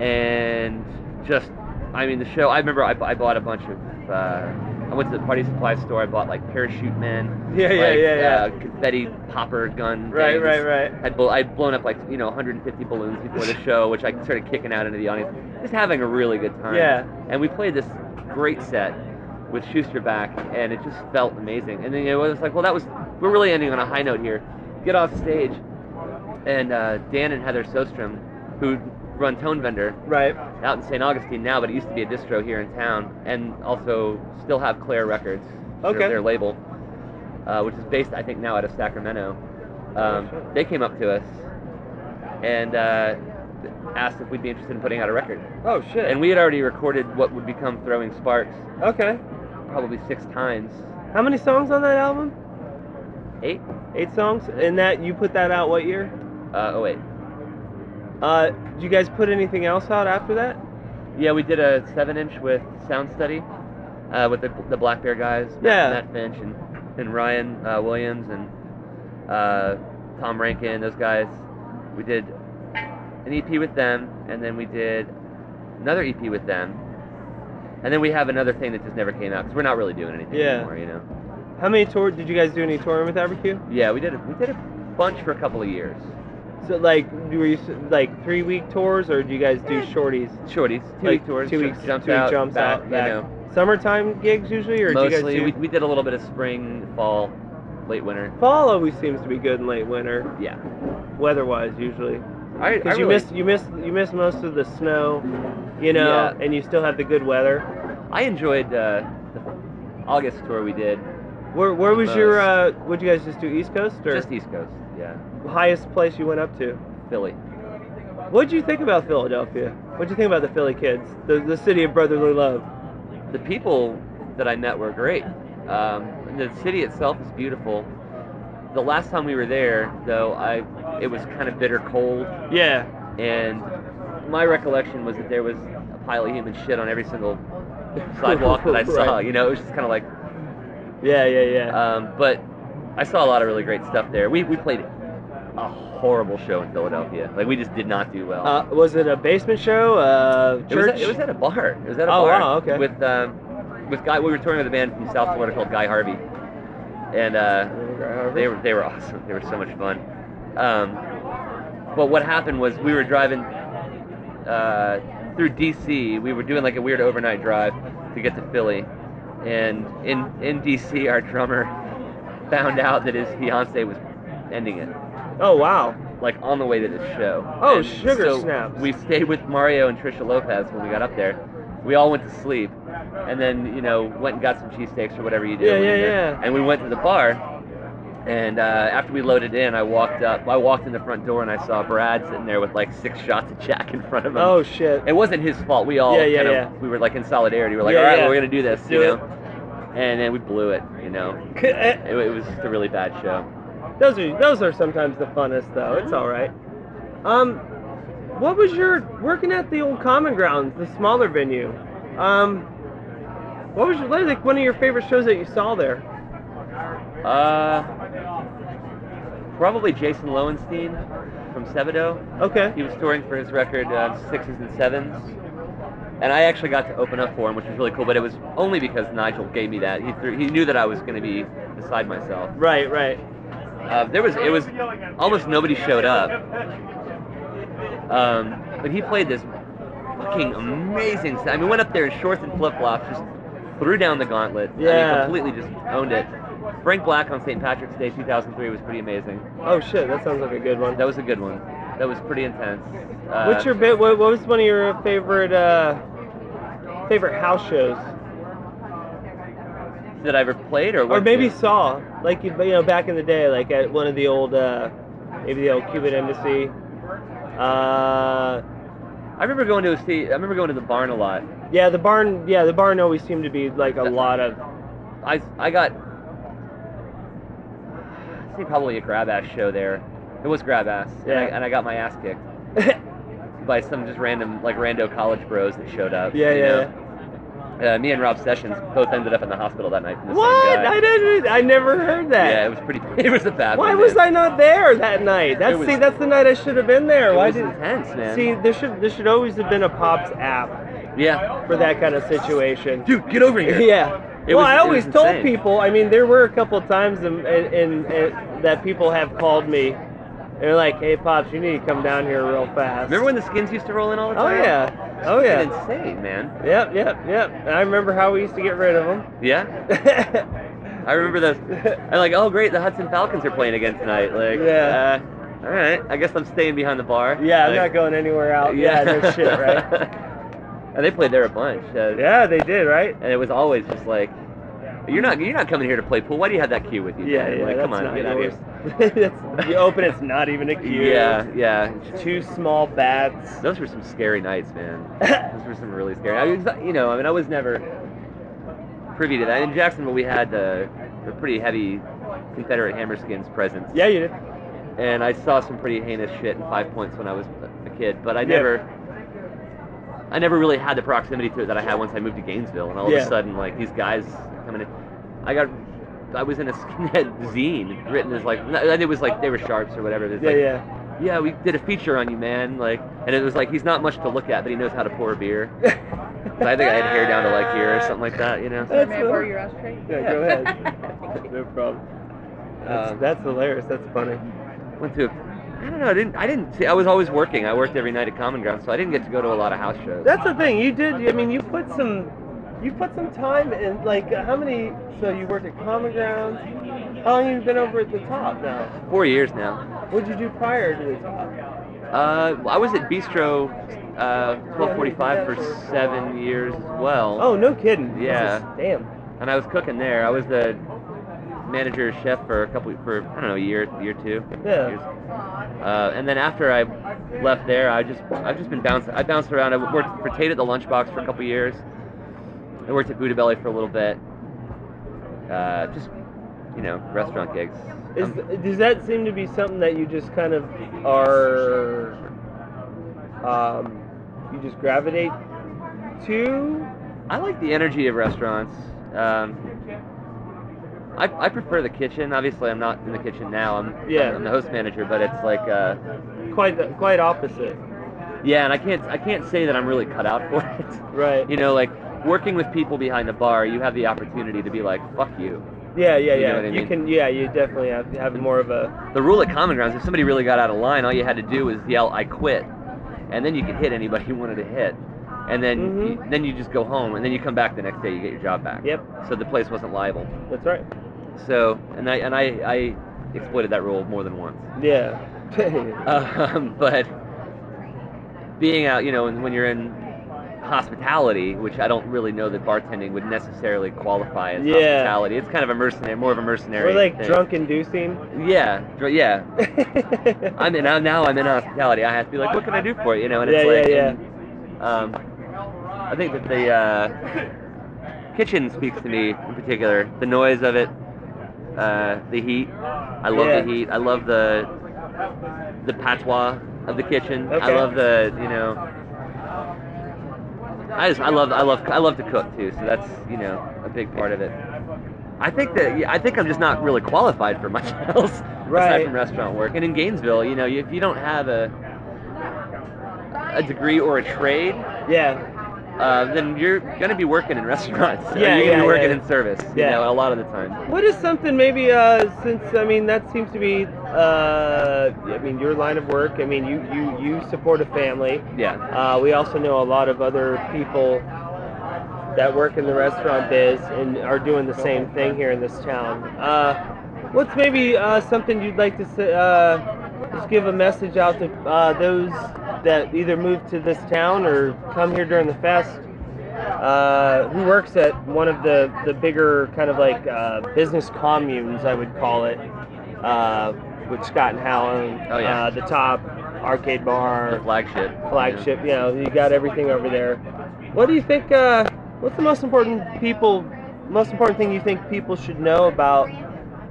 [SPEAKER 2] and just I mean the show. I remember I, bu- I bought a bunch of. Uh, I went to the party supply store. I bought like parachute men.
[SPEAKER 1] Yeah, yeah,
[SPEAKER 2] like,
[SPEAKER 1] yeah, yeah.
[SPEAKER 2] Uh, confetti popper gun.
[SPEAKER 1] Right,
[SPEAKER 2] things.
[SPEAKER 1] right, right.
[SPEAKER 2] I'd, bl- I'd blown up like you know 150 balloons before the show, which I started kicking out into the audience, just having a really good time.
[SPEAKER 1] Yeah.
[SPEAKER 2] And we played this great set with Schuster back, and it just felt amazing. And then it was like, well, that was we're really ending on a high note here. Get off stage, and uh, Dan and Heather Sostrom, who run Tone Vendor
[SPEAKER 1] Right.
[SPEAKER 2] out in St. Augustine now, but it used to be a distro here in town, and also still have Claire Records, their-
[SPEAKER 1] Okay.
[SPEAKER 2] their, label, uh, which is based, I think, now out of Sacramento. Um, they came up to us and uh, asked if we'd be interested in putting out a record,
[SPEAKER 1] Oh shit.
[SPEAKER 2] and we had already recorded what would become Throwing Sparks
[SPEAKER 1] okay.
[SPEAKER 2] probably six times,
[SPEAKER 1] How many songs on that album?
[SPEAKER 2] eight,
[SPEAKER 1] Eight songs. And that you put that out what year?
[SPEAKER 2] uh, oh wait,
[SPEAKER 1] Uh, did you guys put anything else out after that?
[SPEAKER 2] yeah, we did a seven-inch with Sound Study. Uh, with the, the Black Bear guys,
[SPEAKER 1] Yeah.
[SPEAKER 2] Matt, Matt Finch and, and Ryan uh, Williams and uh, Tom Rankin, those guys. We did an EP with them, and then we did another EP with them, and then we have another thing that just never came out because we're not really doing anything
[SPEAKER 1] Yeah.
[SPEAKER 2] anymore, you know.
[SPEAKER 1] How many tour did you guys do any touring with Barbecue?
[SPEAKER 2] Yeah, we did a, we did a bunch for a couple of years.
[SPEAKER 1] So like, were you s- like three week tours or do you guys do shorties?
[SPEAKER 2] Shorties, two
[SPEAKER 1] like
[SPEAKER 2] week tours,
[SPEAKER 1] two
[SPEAKER 2] ju-
[SPEAKER 1] weeks,
[SPEAKER 2] jumps
[SPEAKER 1] two
[SPEAKER 2] out,
[SPEAKER 1] jumps
[SPEAKER 2] back,
[SPEAKER 1] out,
[SPEAKER 2] you
[SPEAKER 1] back.
[SPEAKER 2] know.
[SPEAKER 1] Summertime gigs usually, or do
[SPEAKER 2] Mostly,
[SPEAKER 1] you
[SPEAKER 2] we,
[SPEAKER 1] guys do
[SPEAKER 2] we did a little bit of spring, fall, late winter.
[SPEAKER 1] fall? Always seems to be good in late winter,
[SPEAKER 2] Yeah,
[SPEAKER 1] weather-wise usually.
[SPEAKER 2] I, I
[SPEAKER 1] Because you
[SPEAKER 2] really-
[SPEAKER 1] miss you miss you miss most of the snow, you know,
[SPEAKER 2] Yeah.
[SPEAKER 1] and you still have the good weather.
[SPEAKER 2] I enjoyed uh, the August tour we did,
[SPEAKER 1] Where where was
[SPEAKER 2] Most.
[SPEAKER 1] your? Uh, would you guys just do East Coast or
[SPEAKER 2] just E- East Coast. Yeah,
[SPEAKER 1] highest place you went up to?
[SPEAKER 2] Philly.
[SPEAKER 1] What would you think about Philadelphia? What would you think about the Philly kids, the the city of brotherly love?
[SPEAKER 2] The people that I met were great. Um, and the city itself is beautiful. The last time we were there, though, I it was kind of bitter cold,
[SPEAKER 1] Yeah,
[SPEAKER 2] and my recollection was that there was a pile of human shit on every single sidewalk that I saw.
[SPEAKER 1] Right.
[SPEAKER 2] You know, it was just kind of like
[SPEAKER 1] yeah, yeah, yeah.
[SPEAKER 2] Um, but I saw a lot of really great stuff there. We, we played a horrible show in Philadelphia. Like we just did not do well.
[SPEAKER 1] Uh, was it a basement show? Uh,
[SPEAKER 2] it, was
[SPEAKER 1] church?
[SPEAKER 2] at, it was at a bar. It was at a
[SPEAKER 1] Oh,
[SPEAKER 2] bar.
[SPEAKER 1] wow, okay.
[SPEAKER 2] With um, with guy, we were touring with a band from South Florida called Guy Harvey, and uh, they were they were awesome. They were so much fun. Um, but what happened was we were driving uh, through DC. We were doing like a weird overnight drive to get to Philly, and in in DC, our drummer found out that his fiance was ending it,
[SPEAKER 1] Oh wow!
[SPEAKER 2] like on the way to the show.
[SPEAKER 1] Oh,
[SPEAKER 2] And
[SPEAKER 1] sugar
[SPEAKER 2] so
[SPEAKER 1] snaps.
[SPEAKER 2] We stayed with Mario and Trisha Lopez when we got up there. We all went to sleep, and then you know went and got some cheesesteaks or whatever you do.
[SPEAKER 1] Yeah,
[SPEAKER 2] when
[SPEAKER 1] yeah,
[SPEAKER 2] you're there.
[SPEAKER 1] yeah.
[SPEAKER 2] And we went to the bar. And uh, after we loaded in, I walked up. I walked in the front door and I saw Brad sitting there with like six shots of Jack in front of him.
[SPEAKER 1] Oh shit!
[SPEAKER 2] It wasn't his fault. We all
[SPEAKER 1] Yeah, yeah,
[SPEAKER 2] kind of
[SPEAKER 1] yeah.
[SPEAKER 2] we were like in solidarity. We were like,
[SPEAKER 1] Yeah,
[SPEAKER 2] all right,
[SPEAKER 1] yeah.
[SPEAKER 2] we're gonna do this,
[SPEAKER 1] Let's
[SPEAKER 2] you
[SPEAKER 1] do
[SPEAKER 2] know.
[SPEAKER 1] it.
[SPEAKER 2] And then we blew it, you know. It, it was just a really bad show.
[SPEAKER 1] those are those are sometimes the funnest though. It's all right. Um, what was your working at the old Common Grounds, the smaller venue? Um, what was your what was, like one of your favorite shows that you saw there?
[SPEAKER 2] Uh, probably Jason Lowenstein from Sebadoh.
[SPEAKER 1] Okay.
[SPEAKER 2] He was touring for his record uh, Sixes and Sevens, and I actually got to open up for him, which was really cool. But it was only because Nigel gave me that. He threw, he knew that I was going to be beside myself.
[SPEAKER 1] Right, right.
[SPEAKER 2] Uh, there was it was almost nobody showed up. Um, but he played this fucking amazing. Set. I mean, went up there in shorts and flip flops, just threw down the gauntlet.
[SPEAKER 1] Yeah.
[SPEAKER 2] I mean, completely just owned it. Frank Black on St. Patrick's Day 2003 was pretty amazing.
[SPEAKER 1] Oh shit, that sounds like a good one.
[SPEAKER 2] That was a good one. That was pretty intense. Uh,
[SPEAKER 1] What's your bit? What, what was one of your favorite uh, favorite house shows,
[SPEAKER 2] that I ever played, or
[SPEAKER 1] or
[SPEAKER 2] what-
[SPEAKER 1] maybe saw? Like you, you know, back in the day, like at one of the old uh, maybe the old Cuban embassy. Uh,
[SPEAKER 2] I remember going to see. I remember going to the barn a lot.
[SPEAKER 1] Yeah, the barn. Yeah, the barn always seemed to be like a lot of.
[SPEAKER 2] I I got see probably a grab ass show there. It was grab ass, and, I,
[SPEAKER 1] Yeah.
[SPEAKER 2] and I got my ass kicked by some just random like rando college bros that showed up.
[SPEAKER 1] Yeah,
[SPEAKER 2] you
[SPEAKER 1] yeah,
[SPEAKER 2] know? Uh, me and Rob Sessions both ended up in the hospital that night. From the
[SPEAKER 1] What?
[SPEAKER 2] Same guy.
[SPEAKER 1] I didn't. I never heard
[SPEAKER 2] Yeah,
[SPEAKER 1] that.
[SPEAKER 2] it was pretty. It was a bad.
[SPEAKER 1] Why
[SPEAKER 2] one,
[SPEAKER 1] was
[SPEAKER 2] man.
[SPEAKER 1] I not there that night? That's
[SPEAKER 2] It was-
[SPEAKER 1] see, that's the night I should have been there.
[SPEAKER 2] It
[SPEAKER 1] Why
[SPEAKER 2] was
[SPEAKER 1] did?
[SPEAKER 2] intense, man.
[SPEAKER 1] See, there should there should always have been a pops app
[SPEAKER 2] Yeah.
[SPEAKER 1] for that kind of situation.
[SPEAKER 2] Dude, get over here.
[SPEAKER 1] Yeah.
[SPEAKER 2] It
[SPEAKER 1] well,
[SPEAKER 2] was-
[SPEAKER 1] I
[SPEAKER 2] it
[SPEAKER 1] always
[SPEAKER 2] was
[SPEAKER 1] told
[SPEAKER 2] insane.
[SPEAKER 1] people. I mean, there were a couple of times in, in, in, in- that people have called me. They're like, "Hey, pops, you need to come down here real fast."
[SPEAKER 2] Remember when the skins used to roll in all the
[SPEAKER 1] Oh
[SPEAKER 2] time?
[SPEAKER 1] yeah. Oh yeah.
[SPEAKER 2] It's insane, man.
[SPEAKER 1] Yep, yep, yep. And I remember how we used to get rid of them.
[SPEAKER 2] Yeah. I remember this. I'm like, oh great, the Hudson Falcons are playing again tonight. Like,
[SPEAKER 1] Yeah.
[SPEAKER 2] Uh, all right, I guess I'm staying behind the bar.
[SPEAKER 1] yeah, I'm not
[SPEAKER 2] Like,
[SPEAKER 1] going anywhere out. Yeah, no shit, right?
[SPEAKER 2] and they played there a bunch. Uh,
[SPEAKER 1] Yeah, they did, right?
[SPEAKER 2] And it was always just like, you're not you're not coming here to play pool. Why do you have that cue with you?
[SPEAKER 1] Yeah,
[SPEAKER 2] man?
[SPEAKER 1] yeah.
[SPEAKER 2] Like,
[SPEAKER 1] that's
[SPEAKER 2] come on,
[SPEAKER 1] not
[SPEAKER 2] get out
[SPEAKER 1] yours.
[SPEAKER 2] of
[SPEAKER 1] That's- you open, it's not even a
[SPEAKER 2] here.
[SPEAKER 1] cue.
[SPEAKER 2] Yeah, yeah.
[SPEAKER 1] Two small bats.
[SPEAKER 2] Those were some scary nights, man. Those were some really scary. I mean, you know, I mean, I was never privy to that. In Jacksonville, we had uh, a pretty heavy Confederate Hammerskins presence,
[SPEAKER 1] yeah, you did.
[SPEAKER 2] and I saw some pretty heinous shit in Five Points when I was a kid. But I
[SPEAKER 1] Yeah.
[SPEAKER 2] never, I never really had the proximity to it that I had once I moved to Gainesville, and all
[SPEAKER 1] Yeah.
[SPEAKER 2] of a sudden, like these guys coming in, I got. I was in a skinhead zine written as like, and it was like they were sharps or whatever. It was
[SPEAKER 1] Yeah,
[SPEAKER 2] like,
[SPEAKER 1] yeah.
[SPEAKER 2] yeah, we did a feature on you, man. Like, and it was like he's not much to look at, but he knows how to pour a beer. So I think I had hair down to like here or something like that, you know.
[SPEAKER 1] That's
[SPEAKER 4] May I borrow
[SPEAKER 1] hilarious.
[SPEAKER 4] your ashtray?
[SPEAKER 1] Yeah, go ahead. no problem. That's,
[SPEAKER 2] Um,
[SPEAKER 1] that's hilarious. That's funny.
[SPEAKER 2] Went to, I don't know, I didn't, I didn't see. I was always working. I worked every night at Common Ground, so I didn't get to go to a lot of house shows.
[SPEAKER 1] That's the thing. You did. I mean, you put some, you put some time in. Like, how many? So you worked at Common Grounds. How long have you been over at the top now?
[SPEAKER 2] Four years now.
[SPEAKER 1] What'd you do prior to the top?
[SPEAKER 2] Uh, I was at Bistro, uh, 1245 for seven years as well.
[SPEAKER 1] Oh, no kidding.
[SPEAKER 2] Yeah.
[SPEAKER 1] Jesus, damn.
[SPEAKER 2] And I was cooking there. I was the manager chef for a couple for I don't know a year, year two.
[SPEAKER 1] Yeah.
[SPEAKER 2] Years. Uh, and then after I left there, I just I've just been bouncing. I bounced around. I worked for Tate at the Lunchbox for a couple years. I worked at Buddha Belly for a little bit. Uh, just you know restaurant gigs.
[SPEAKER 1] Is
[SPEAKER 2] Um,
[SPEAKER 1] does that seem to be something that you just kind of are? Um, you just gravitate to?
[SPEAKER 2] I like the energy of restaurants. Um, I, I prefer the kitchen. Obviously, I'm not in the kitchen now. I'm
[SPEAKER 1] Yeah.
[SPEAKER 2] I'm the host manager, but it's like. Uh,
[SPEAKER 1] Quite the, quite opposite.
[SPEAKER 2] Yeah, and I can't I can't say that I'm really cut out for it.
[SPEAKER 1] Right.
[SPEAKER 2] you know, like working with people behind the bar, you have the opportunity to be like, fuck you.
[SPEAKER 1] Yeah, yeah, yeah.
[SPEAKER 2] You
[SPEAKER 1] You,
[SPEAKER 2] know what I mean?
[SPEAKER 1] can. Yeah, you definitely have, have more of a.
[SPEAKER 2] The rule at Common Grounds, if somebody really got out of line, all you had to do was yell, I quit. And then you could hit anybody you wanted to hit. And then
[SPEAKER 1] Mhm.
[SPEAKER 2] you, then you just go home and then you come back the next day, you get your job back.
[SPEAKER 1] Yep.
[SPEAKER 2] So the place wasn't liable.
[SPEAKER 1] That's right.
[SPEAKER 2] So and I and I, I exploited that rule more than once.
[SPEAKER 1] Yeah.
[SPEAKER 2] Um, but being out, you know, and when you're in hospitality, which I don't really know that bartending would necessarily qualify as
[SPEAKER 1] Yeah.
[SPEAKER 2] hospitality. It's kind of a mercenary, more of a mercenary.
[SPEAKER 1] We're like
[SPEAKER 2] thing.
[SPEAKER 1] drunk inducing.
[SPEAKER 2] Yeah, dr- yeah. I'm in now. Now I'm in hospitality. I have to be like, what can I do for you? You know, and it's
[SPEAKER 1] Oh, Yeah,
[SPEAKER 2] like,
[SPEAKER 1] yeah,
[SPEAKER 2] and, um, I think that the uh, kitchen speaks to me in particular. The noise of it, uh, the heat. I love
[SPEAKER 1] Yeah.
[SPEAKER 2] the heat. I love the the patois of the kitchen.
[SPEAKER 1] Okay.
[SPEAKER 2] I love the you know. I just I love I love I love to cook too. So that's you know a big part of it. I think that yeah, I think I'm just not really qualified for much else
[SPEAKER 1] Right.
[SPEAKER 2] aside from restaurant work. And in Gainesville, you know, you- if you don't have a a degree or a trade,
[SPEAKER 1] yeah.
[SPEAKER 2] uh, then you're gonna be working in restaurants. or
[SPEAKER 1] Yeah,
[SPEAKER 2] you're gonna
[SPEAKER 1] yeah,
[SPEAKER 2] be working
[SPEAKER 1] yeah.
[SPEAKER 2] in service.
[SPEAKER 1] Yeah.
[SPEAKER 2] You know, a lot of the time.
[SPEAKER 1] What is something maybe uh, since I mean that seems to be uh, I mean your line of work. I mean you you you support a family.
[SPEAKER 2] Yeah.
[SPEAKER 1] Uh, we also know a lot of other people that work in the restaurant biz and are doing the same thing here in this town. Uh, what's maybe uh, something you'd like to say, uh, just give a message out to uh, those that either moved to this town or come here during the fest? Uh, who works at one of the, the bigger kind of like uh, business communes, I would call it, uh, which Scott and Hal own.
[SPEAKER 2] Oh, yeah.
[SPEAKER 1] Uh, the top arcade bar,
[SPEAKER 2] The flagship. you know.
[SPEAKER 1] flagship. You know, you got everything over there. What do you think? Uh, what's the most important people? Most important thing you think people should know about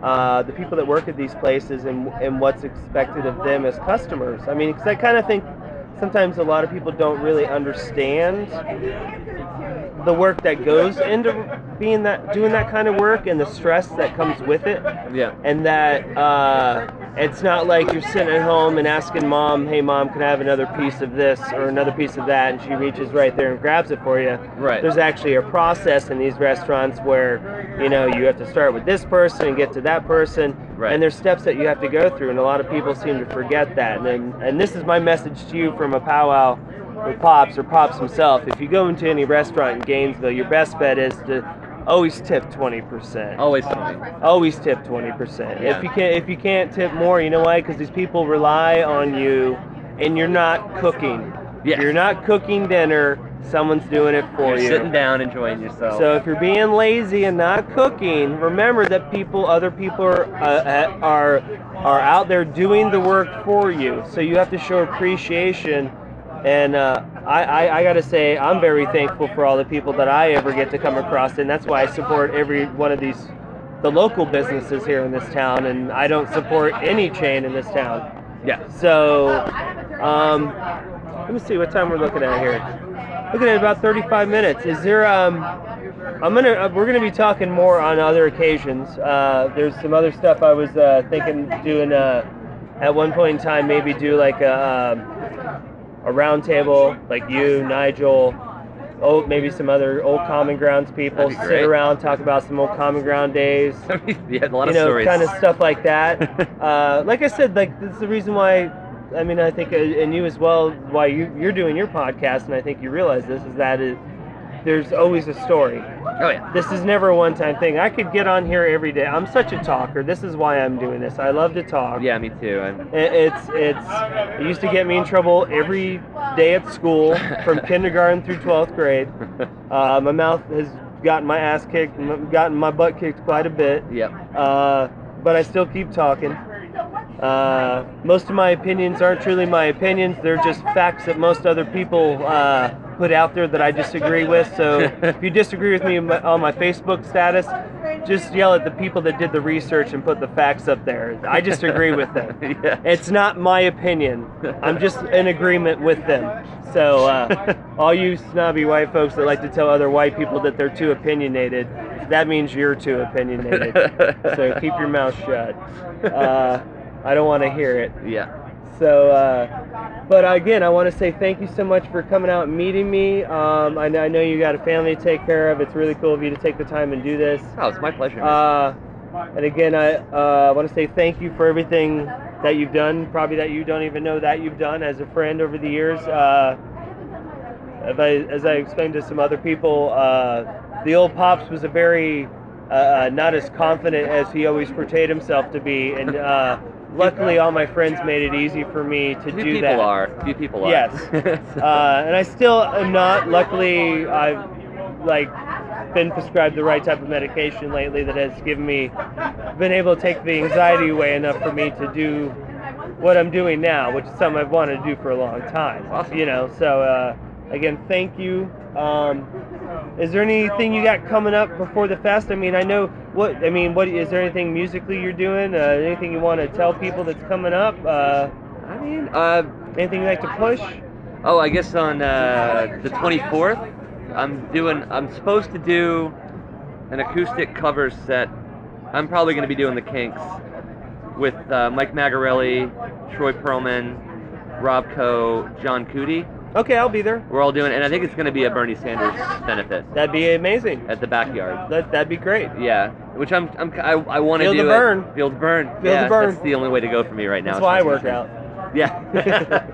[SPEAKER 1] uh, the people that work at these places and, and what's expected of them as customers. I mean, because I kind of think sometimes a lot of people don't really understand the work that goes into being that doing that kind of work and the stress that comes with it
[SPEAKER 2] Yeah.
[SPEAKER 1] and that uh, it's not like you're sitting at home and asking mom, "Hey, mom, can I have another piece of this or another piece of that?" And she reaches right there and grabs it for you.
[SPEAKER 2] Right.
[SPEAKER 1] There's actually a process in these restaurants where you know you have to start with this person and get to that person,
[SPEAKER 2] Right.
[SPEAKER 1] and there's steps that you have to go through, and a lot of people seem to forget that. And then, and this is my message to you from a powwow with pops or pops himself. If you go into any restaurant in Gainesville, your best bet is to always tip 20%.
[SPEAKER 2] Always something.
[SPEAKER 1] Always tip twenty percent.
[SPEAKER 2] Yeah.
[SPEAKER 1] If you can't, if you can't tip more, you know why? Because these people rely on you, and you're not cooking.
[SPEAKER 2] Yes.
[SPEAKER 1] You're not cooking dinner. Someone's doing it for
[SPEAKER 2] You're
[SPEAKER 1] you.
[SPEAKER 2] sitting down, enjoying yourself.
[SPEAKER 1] So if you're being lazy and not cooking, remember that people, other people are uh, are are out there doing the work for you. So you have to show appreciation. And uh, I, I, I gotta say, I'm very thankful for all the people that I ever get to come across, and that's why I support every one of these, the local businesses here in this town, and I don't support any chain in this town.
[SPEAKER 2] yeah.
[SPEAKER 1] So, um, let me see what time we're looking at here. Looking at about 35 minutes. Is there um, I'm gonna uh, we're gonna be talking more on other occasions. Uh, there's some other stuff I was uh, thinking doing uh, at one point in time. Maybe do like a um, a round table like you, Nigel. Oh, maybe some other old common grounds people
[SPEAKER 2] That'd be
[SPEAKER 1] sit
[SPEAKER 2] great.
[SPEAKER 1] around, talk about some old common ground days
[SPEAKER 2] yeah, a lot
[SPEAKER 1] you
[SPEAKER 2] of
[SPEAKER 1] know,
[SPEAKER 2] stories.
[SPEAKER 1] kind of stuff like that. uh, like I said, like this is the reason why. I mean, I think, uh, and you as well, why you you're doing your podcast, and I think you realize this is that it, there's always a story.
[SPEAKER 2] oh yeah.
[SPEAKER 1] This is never a one-time thing. I could get on here every day. I'm such a talker. This is why I'm doing this. I love to talk.
[SPEAKER 2] Yeah, me too. I'm,
[SPEAKER 1] It- It's it's it used to get me in trouble every day at school from kindergarten through twelfth grade. Uh, my mouth has gotten my ass kicked, m- gotten my butt kicked quite a bit.
[SPEAKER 2] yep.
[SPEAKER 1] Uh, but I still keep talking. Uh, most of my opinions aren't truly my opinions. They're just facts that most other people uh, put out there that I disagree with. So if you disagree with me on my- on my Facebook status, just yell at the people that did the research and put the facts up there. I just agree with them.
[SPEAKER 2] Yeah.
[SPEAKER 1] It's not my opinion. I'm just in agreement with them. So, uh, all you snobby white folks that like to tell other white people that they're too opinionated, that means you're too opinionated. so keep your mouth shut. Uh, I don't want to hear it.
[SPEAKER 2] yeah.
[SPEAKER 1] So, uh, but again, I want to say thank you so much for coming out and meeting me. Um, I, know, I know you got a family to take care of. It's really cool of you to take the time and do this.
[SPEAKER 2] Oh, it's my pleasure. man.
[SPEAKER 1] Uh, and again, I uh, want to say thank you for everything that you've done. Probably that you don't even know that you've done as a friend over the years. Uh, if I, as I explained to some other people, uh, the old pops was a very uh, uh, not as confident as he always portrayed himself to be, and uh, luckily all my friends made it easy for me to
[SPEAKER 2] Few
[SPEAKER 1] do
[SPEAKER 2] people
[SPEAKER 1] that.
[SPEAKER 2] are. Few people are.
[SPEAKER 1] Yes. Uh, and I still am not. Luckily, I've like been prescribed the right type of medication lately that has given me been able to take the anxiety away enough for me to do what I'm doing now, which is something I've wanted to do for a long time.
[SPEAKER 2] Awesome.
[SPEAKER 1] You know, so uh, again, thank you. Um, is there anything you got coming up before the fest? I mean, I know what I mean. What is there anything musically you're doing? Uh, anything you want to tell people that's coming up? Uh,
[SPEAKER 2] I mean, uh,
[SPEAKER 1] anything you like to push?
[SPEAKER 2] oh, I guess on uh, the 24th, I'm doing. I'm supposed to do an acoustic cover set. I'm probably going to be doing the Kinks with uh, Mike Magarelli, Troy Perlman, Rob Coe, John Cootie.
[SPEAKER 1] Okay, I'll be there.
[SPEAKER 2] We're all doing, and I think it's going to be a Bernie Sanders benefit
[SPEAKER 1] That'd be amazing.
[SPEAKER 2] at the backyard.
[SPEAKER 1] That that'd be great.
[SPEAKER 2] Yeah, which I'm, I'm I, I want to
[SPEAKER 1] Feel
[SPEAKER 2] do
[SPEAKER 1] the
[SPEAKER 2] it.
[SPEAKER 1] burn.
[SPEAKER 2] Feel the burn.
[SPEAKER 1] the
[SPEAKER 2] yeah,
[SPEAKER 1] burn.
[SPEAKER 2] That's the only way to go for me right now.
[SPEAKER 1] That's
[SPEAKER 2] is
[SPEAKER 1] why I
[SPEAKER 2] to
[SPEAKER 1] work
[SPEAKER 2] do it.
[SPEAKER 1] out.
[SPEAKER 2] Yeah.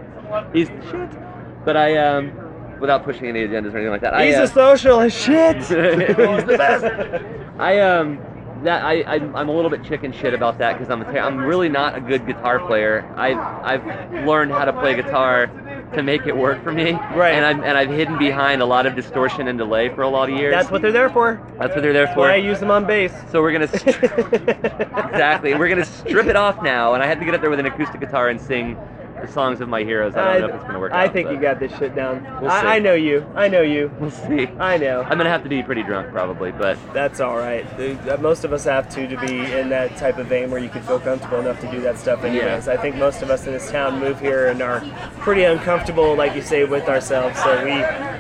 [SPEAKER 2] He's the shit. But I um, without pushing any agendas or anything like that.
[SPEAKER 1] He's
[SPEAKER 2] I, uh,
[SPEAKER 1] a socialist. Shit.
[SPEAKER 2] He's the best. I um that I I'm, I'm a little bit chicken shit about that because I'm a ter- I'm really not a good guitar player. I I've learned how to play guitar to make it work for me.
[SPEAKER 1] Right.
[SPEAKER 2] And I'm and I've hidden behind a lot of distortion and delay for a lot of years.
[SPEAKER 1] That's what they're there for.
[SPEAKER 2] that's what they're there
[SPEAKER 1] That's why I
[SPEAKER 2] for.
[SPEAKER 1] use them on bass.
[SPEAKER 2] So we're gonna str-
[SPEAKER 1] exactly.
[SPEAKER 2] exactly we're gonna strip it off now, and I had to get up there with an acoustic guitar and sing the songs of my heroes. I don't know if it's gonna work.
[SPEAKER 1] I
[SPEAKER 2] out,
[SPEAKER 1] think
[SPEAKER 2] but
[SPEAKER 1] you got this shit down.
[SPEAKER 2] We'll see.
[SPEAKER 1] I, I know you. I know you.
[SPEAKER 2] We'll see.
[SPEAKER 1] I know.
[SPEAKER 2] I'm gonna have to be pretty drunk probably, but
[SPEAKER 1] That's all right. The- uh, Most of us have to to be in that type of vein where you can feel comfortable enough to do that stuff. Anyways, I think most of us in this town move here and are pretty uncomfortable, like you say, with ourselves. So we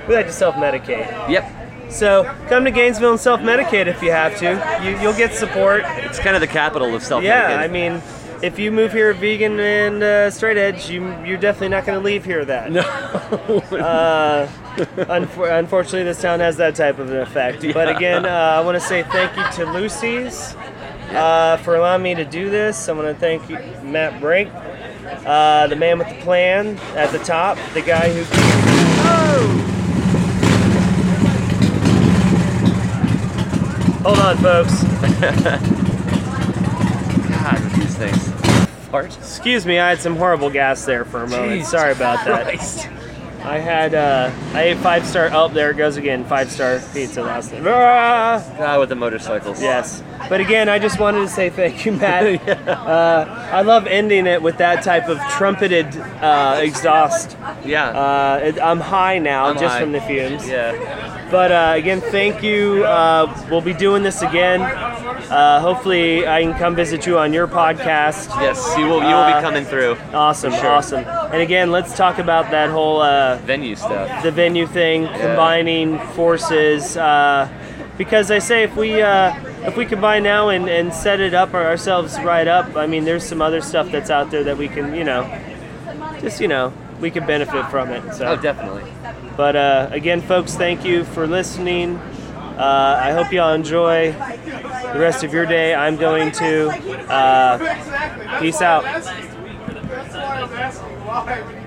[SPEAKER 1] we like to self-medicate.
[SPEAKER 2] yep.
[SPEAKER 1] So come to Gainesville and self-medicate if you have to. You, you'll get support.
[SPEAKER 2] It's kind of the capital of self.
[SPEAKER 1] Yeah, I mean, if you move here vegan and uh, straight edge, you you're definitely not going to leave here that.
[SPEAKER 2] no.
[SPEAKER 1] Uh, unfor- unfortunately, this town has that type of an effect. But
[SPEAKER 2] Yeah.
[SPEAKER 1] again, uh, I want to say thank you to Lucy's uh, for allowing me to do this. I want to thank you, Matt Brink, uh, the man with the plan at the top, the guy who. Hold on, folks.
[SPEAKER 2] God, with these things. Fart.
[SPEAKER 1] Excuse me, I had some horrible gas there for a moment. Sorry about that.
[SPEAKER 2] Christ.
[SPEAKER 1] I had uh, I ate five star. Oh, there it goes again. Five star pizza last night. Ah!
[SPEAKER 2] Ah, with the motorcycles.
[SPEAKER 1] Yes, but again, I just wanted to say thank you, Matt. uh, I love ending it with that type of trumpeted uh, exhaust.
[SPEAKER 2] Yeah.
[SPEAKER 1] Uh, it, I'm high now,
[SPEAKER 2] I'm
[SPEAKER 1] just
[SPEAKER 2] high.
[SPEAKER 1] from the fumes.
[SPEAKER 2] yeah.
[SPEAKER 1] But uh, again, thank you. Uh, we'll be doing this again. Uh, hopefully, I can come visit you on your podcast.
[SPEAKER 2] Yes, you will. You will
[SPEAKER 1] Uh,
[SPEAKER 2] be coming through
[SPEAKER 1] Awesome, awesome. And again, let's talk about that whole. Uh,
[SPEAKER 2] venue stuff.
[SPEAKER 1] the venue thing, combining forces. Uh, because I say if we uh, if we combine now and, and set it up ourselves right up, I mean, there's some other stuff that's out there that we can, you know, just you know, we could benefit from it. So.
[SPEAKER 2] Oh, definitely.
[SPEAKER 1] But uh, again, folks, thank you for listening. Uh, I hope y'all enjoy the rest of your day. I'm going to. Uh,
[SPEAKER 4] Exactly. That's
[SPEAKER 1] peace
[SPEAKER 4] why
[SPEAKER 1] out.
[SPEAKER 4] I'm asking- That's why I'm asking why when you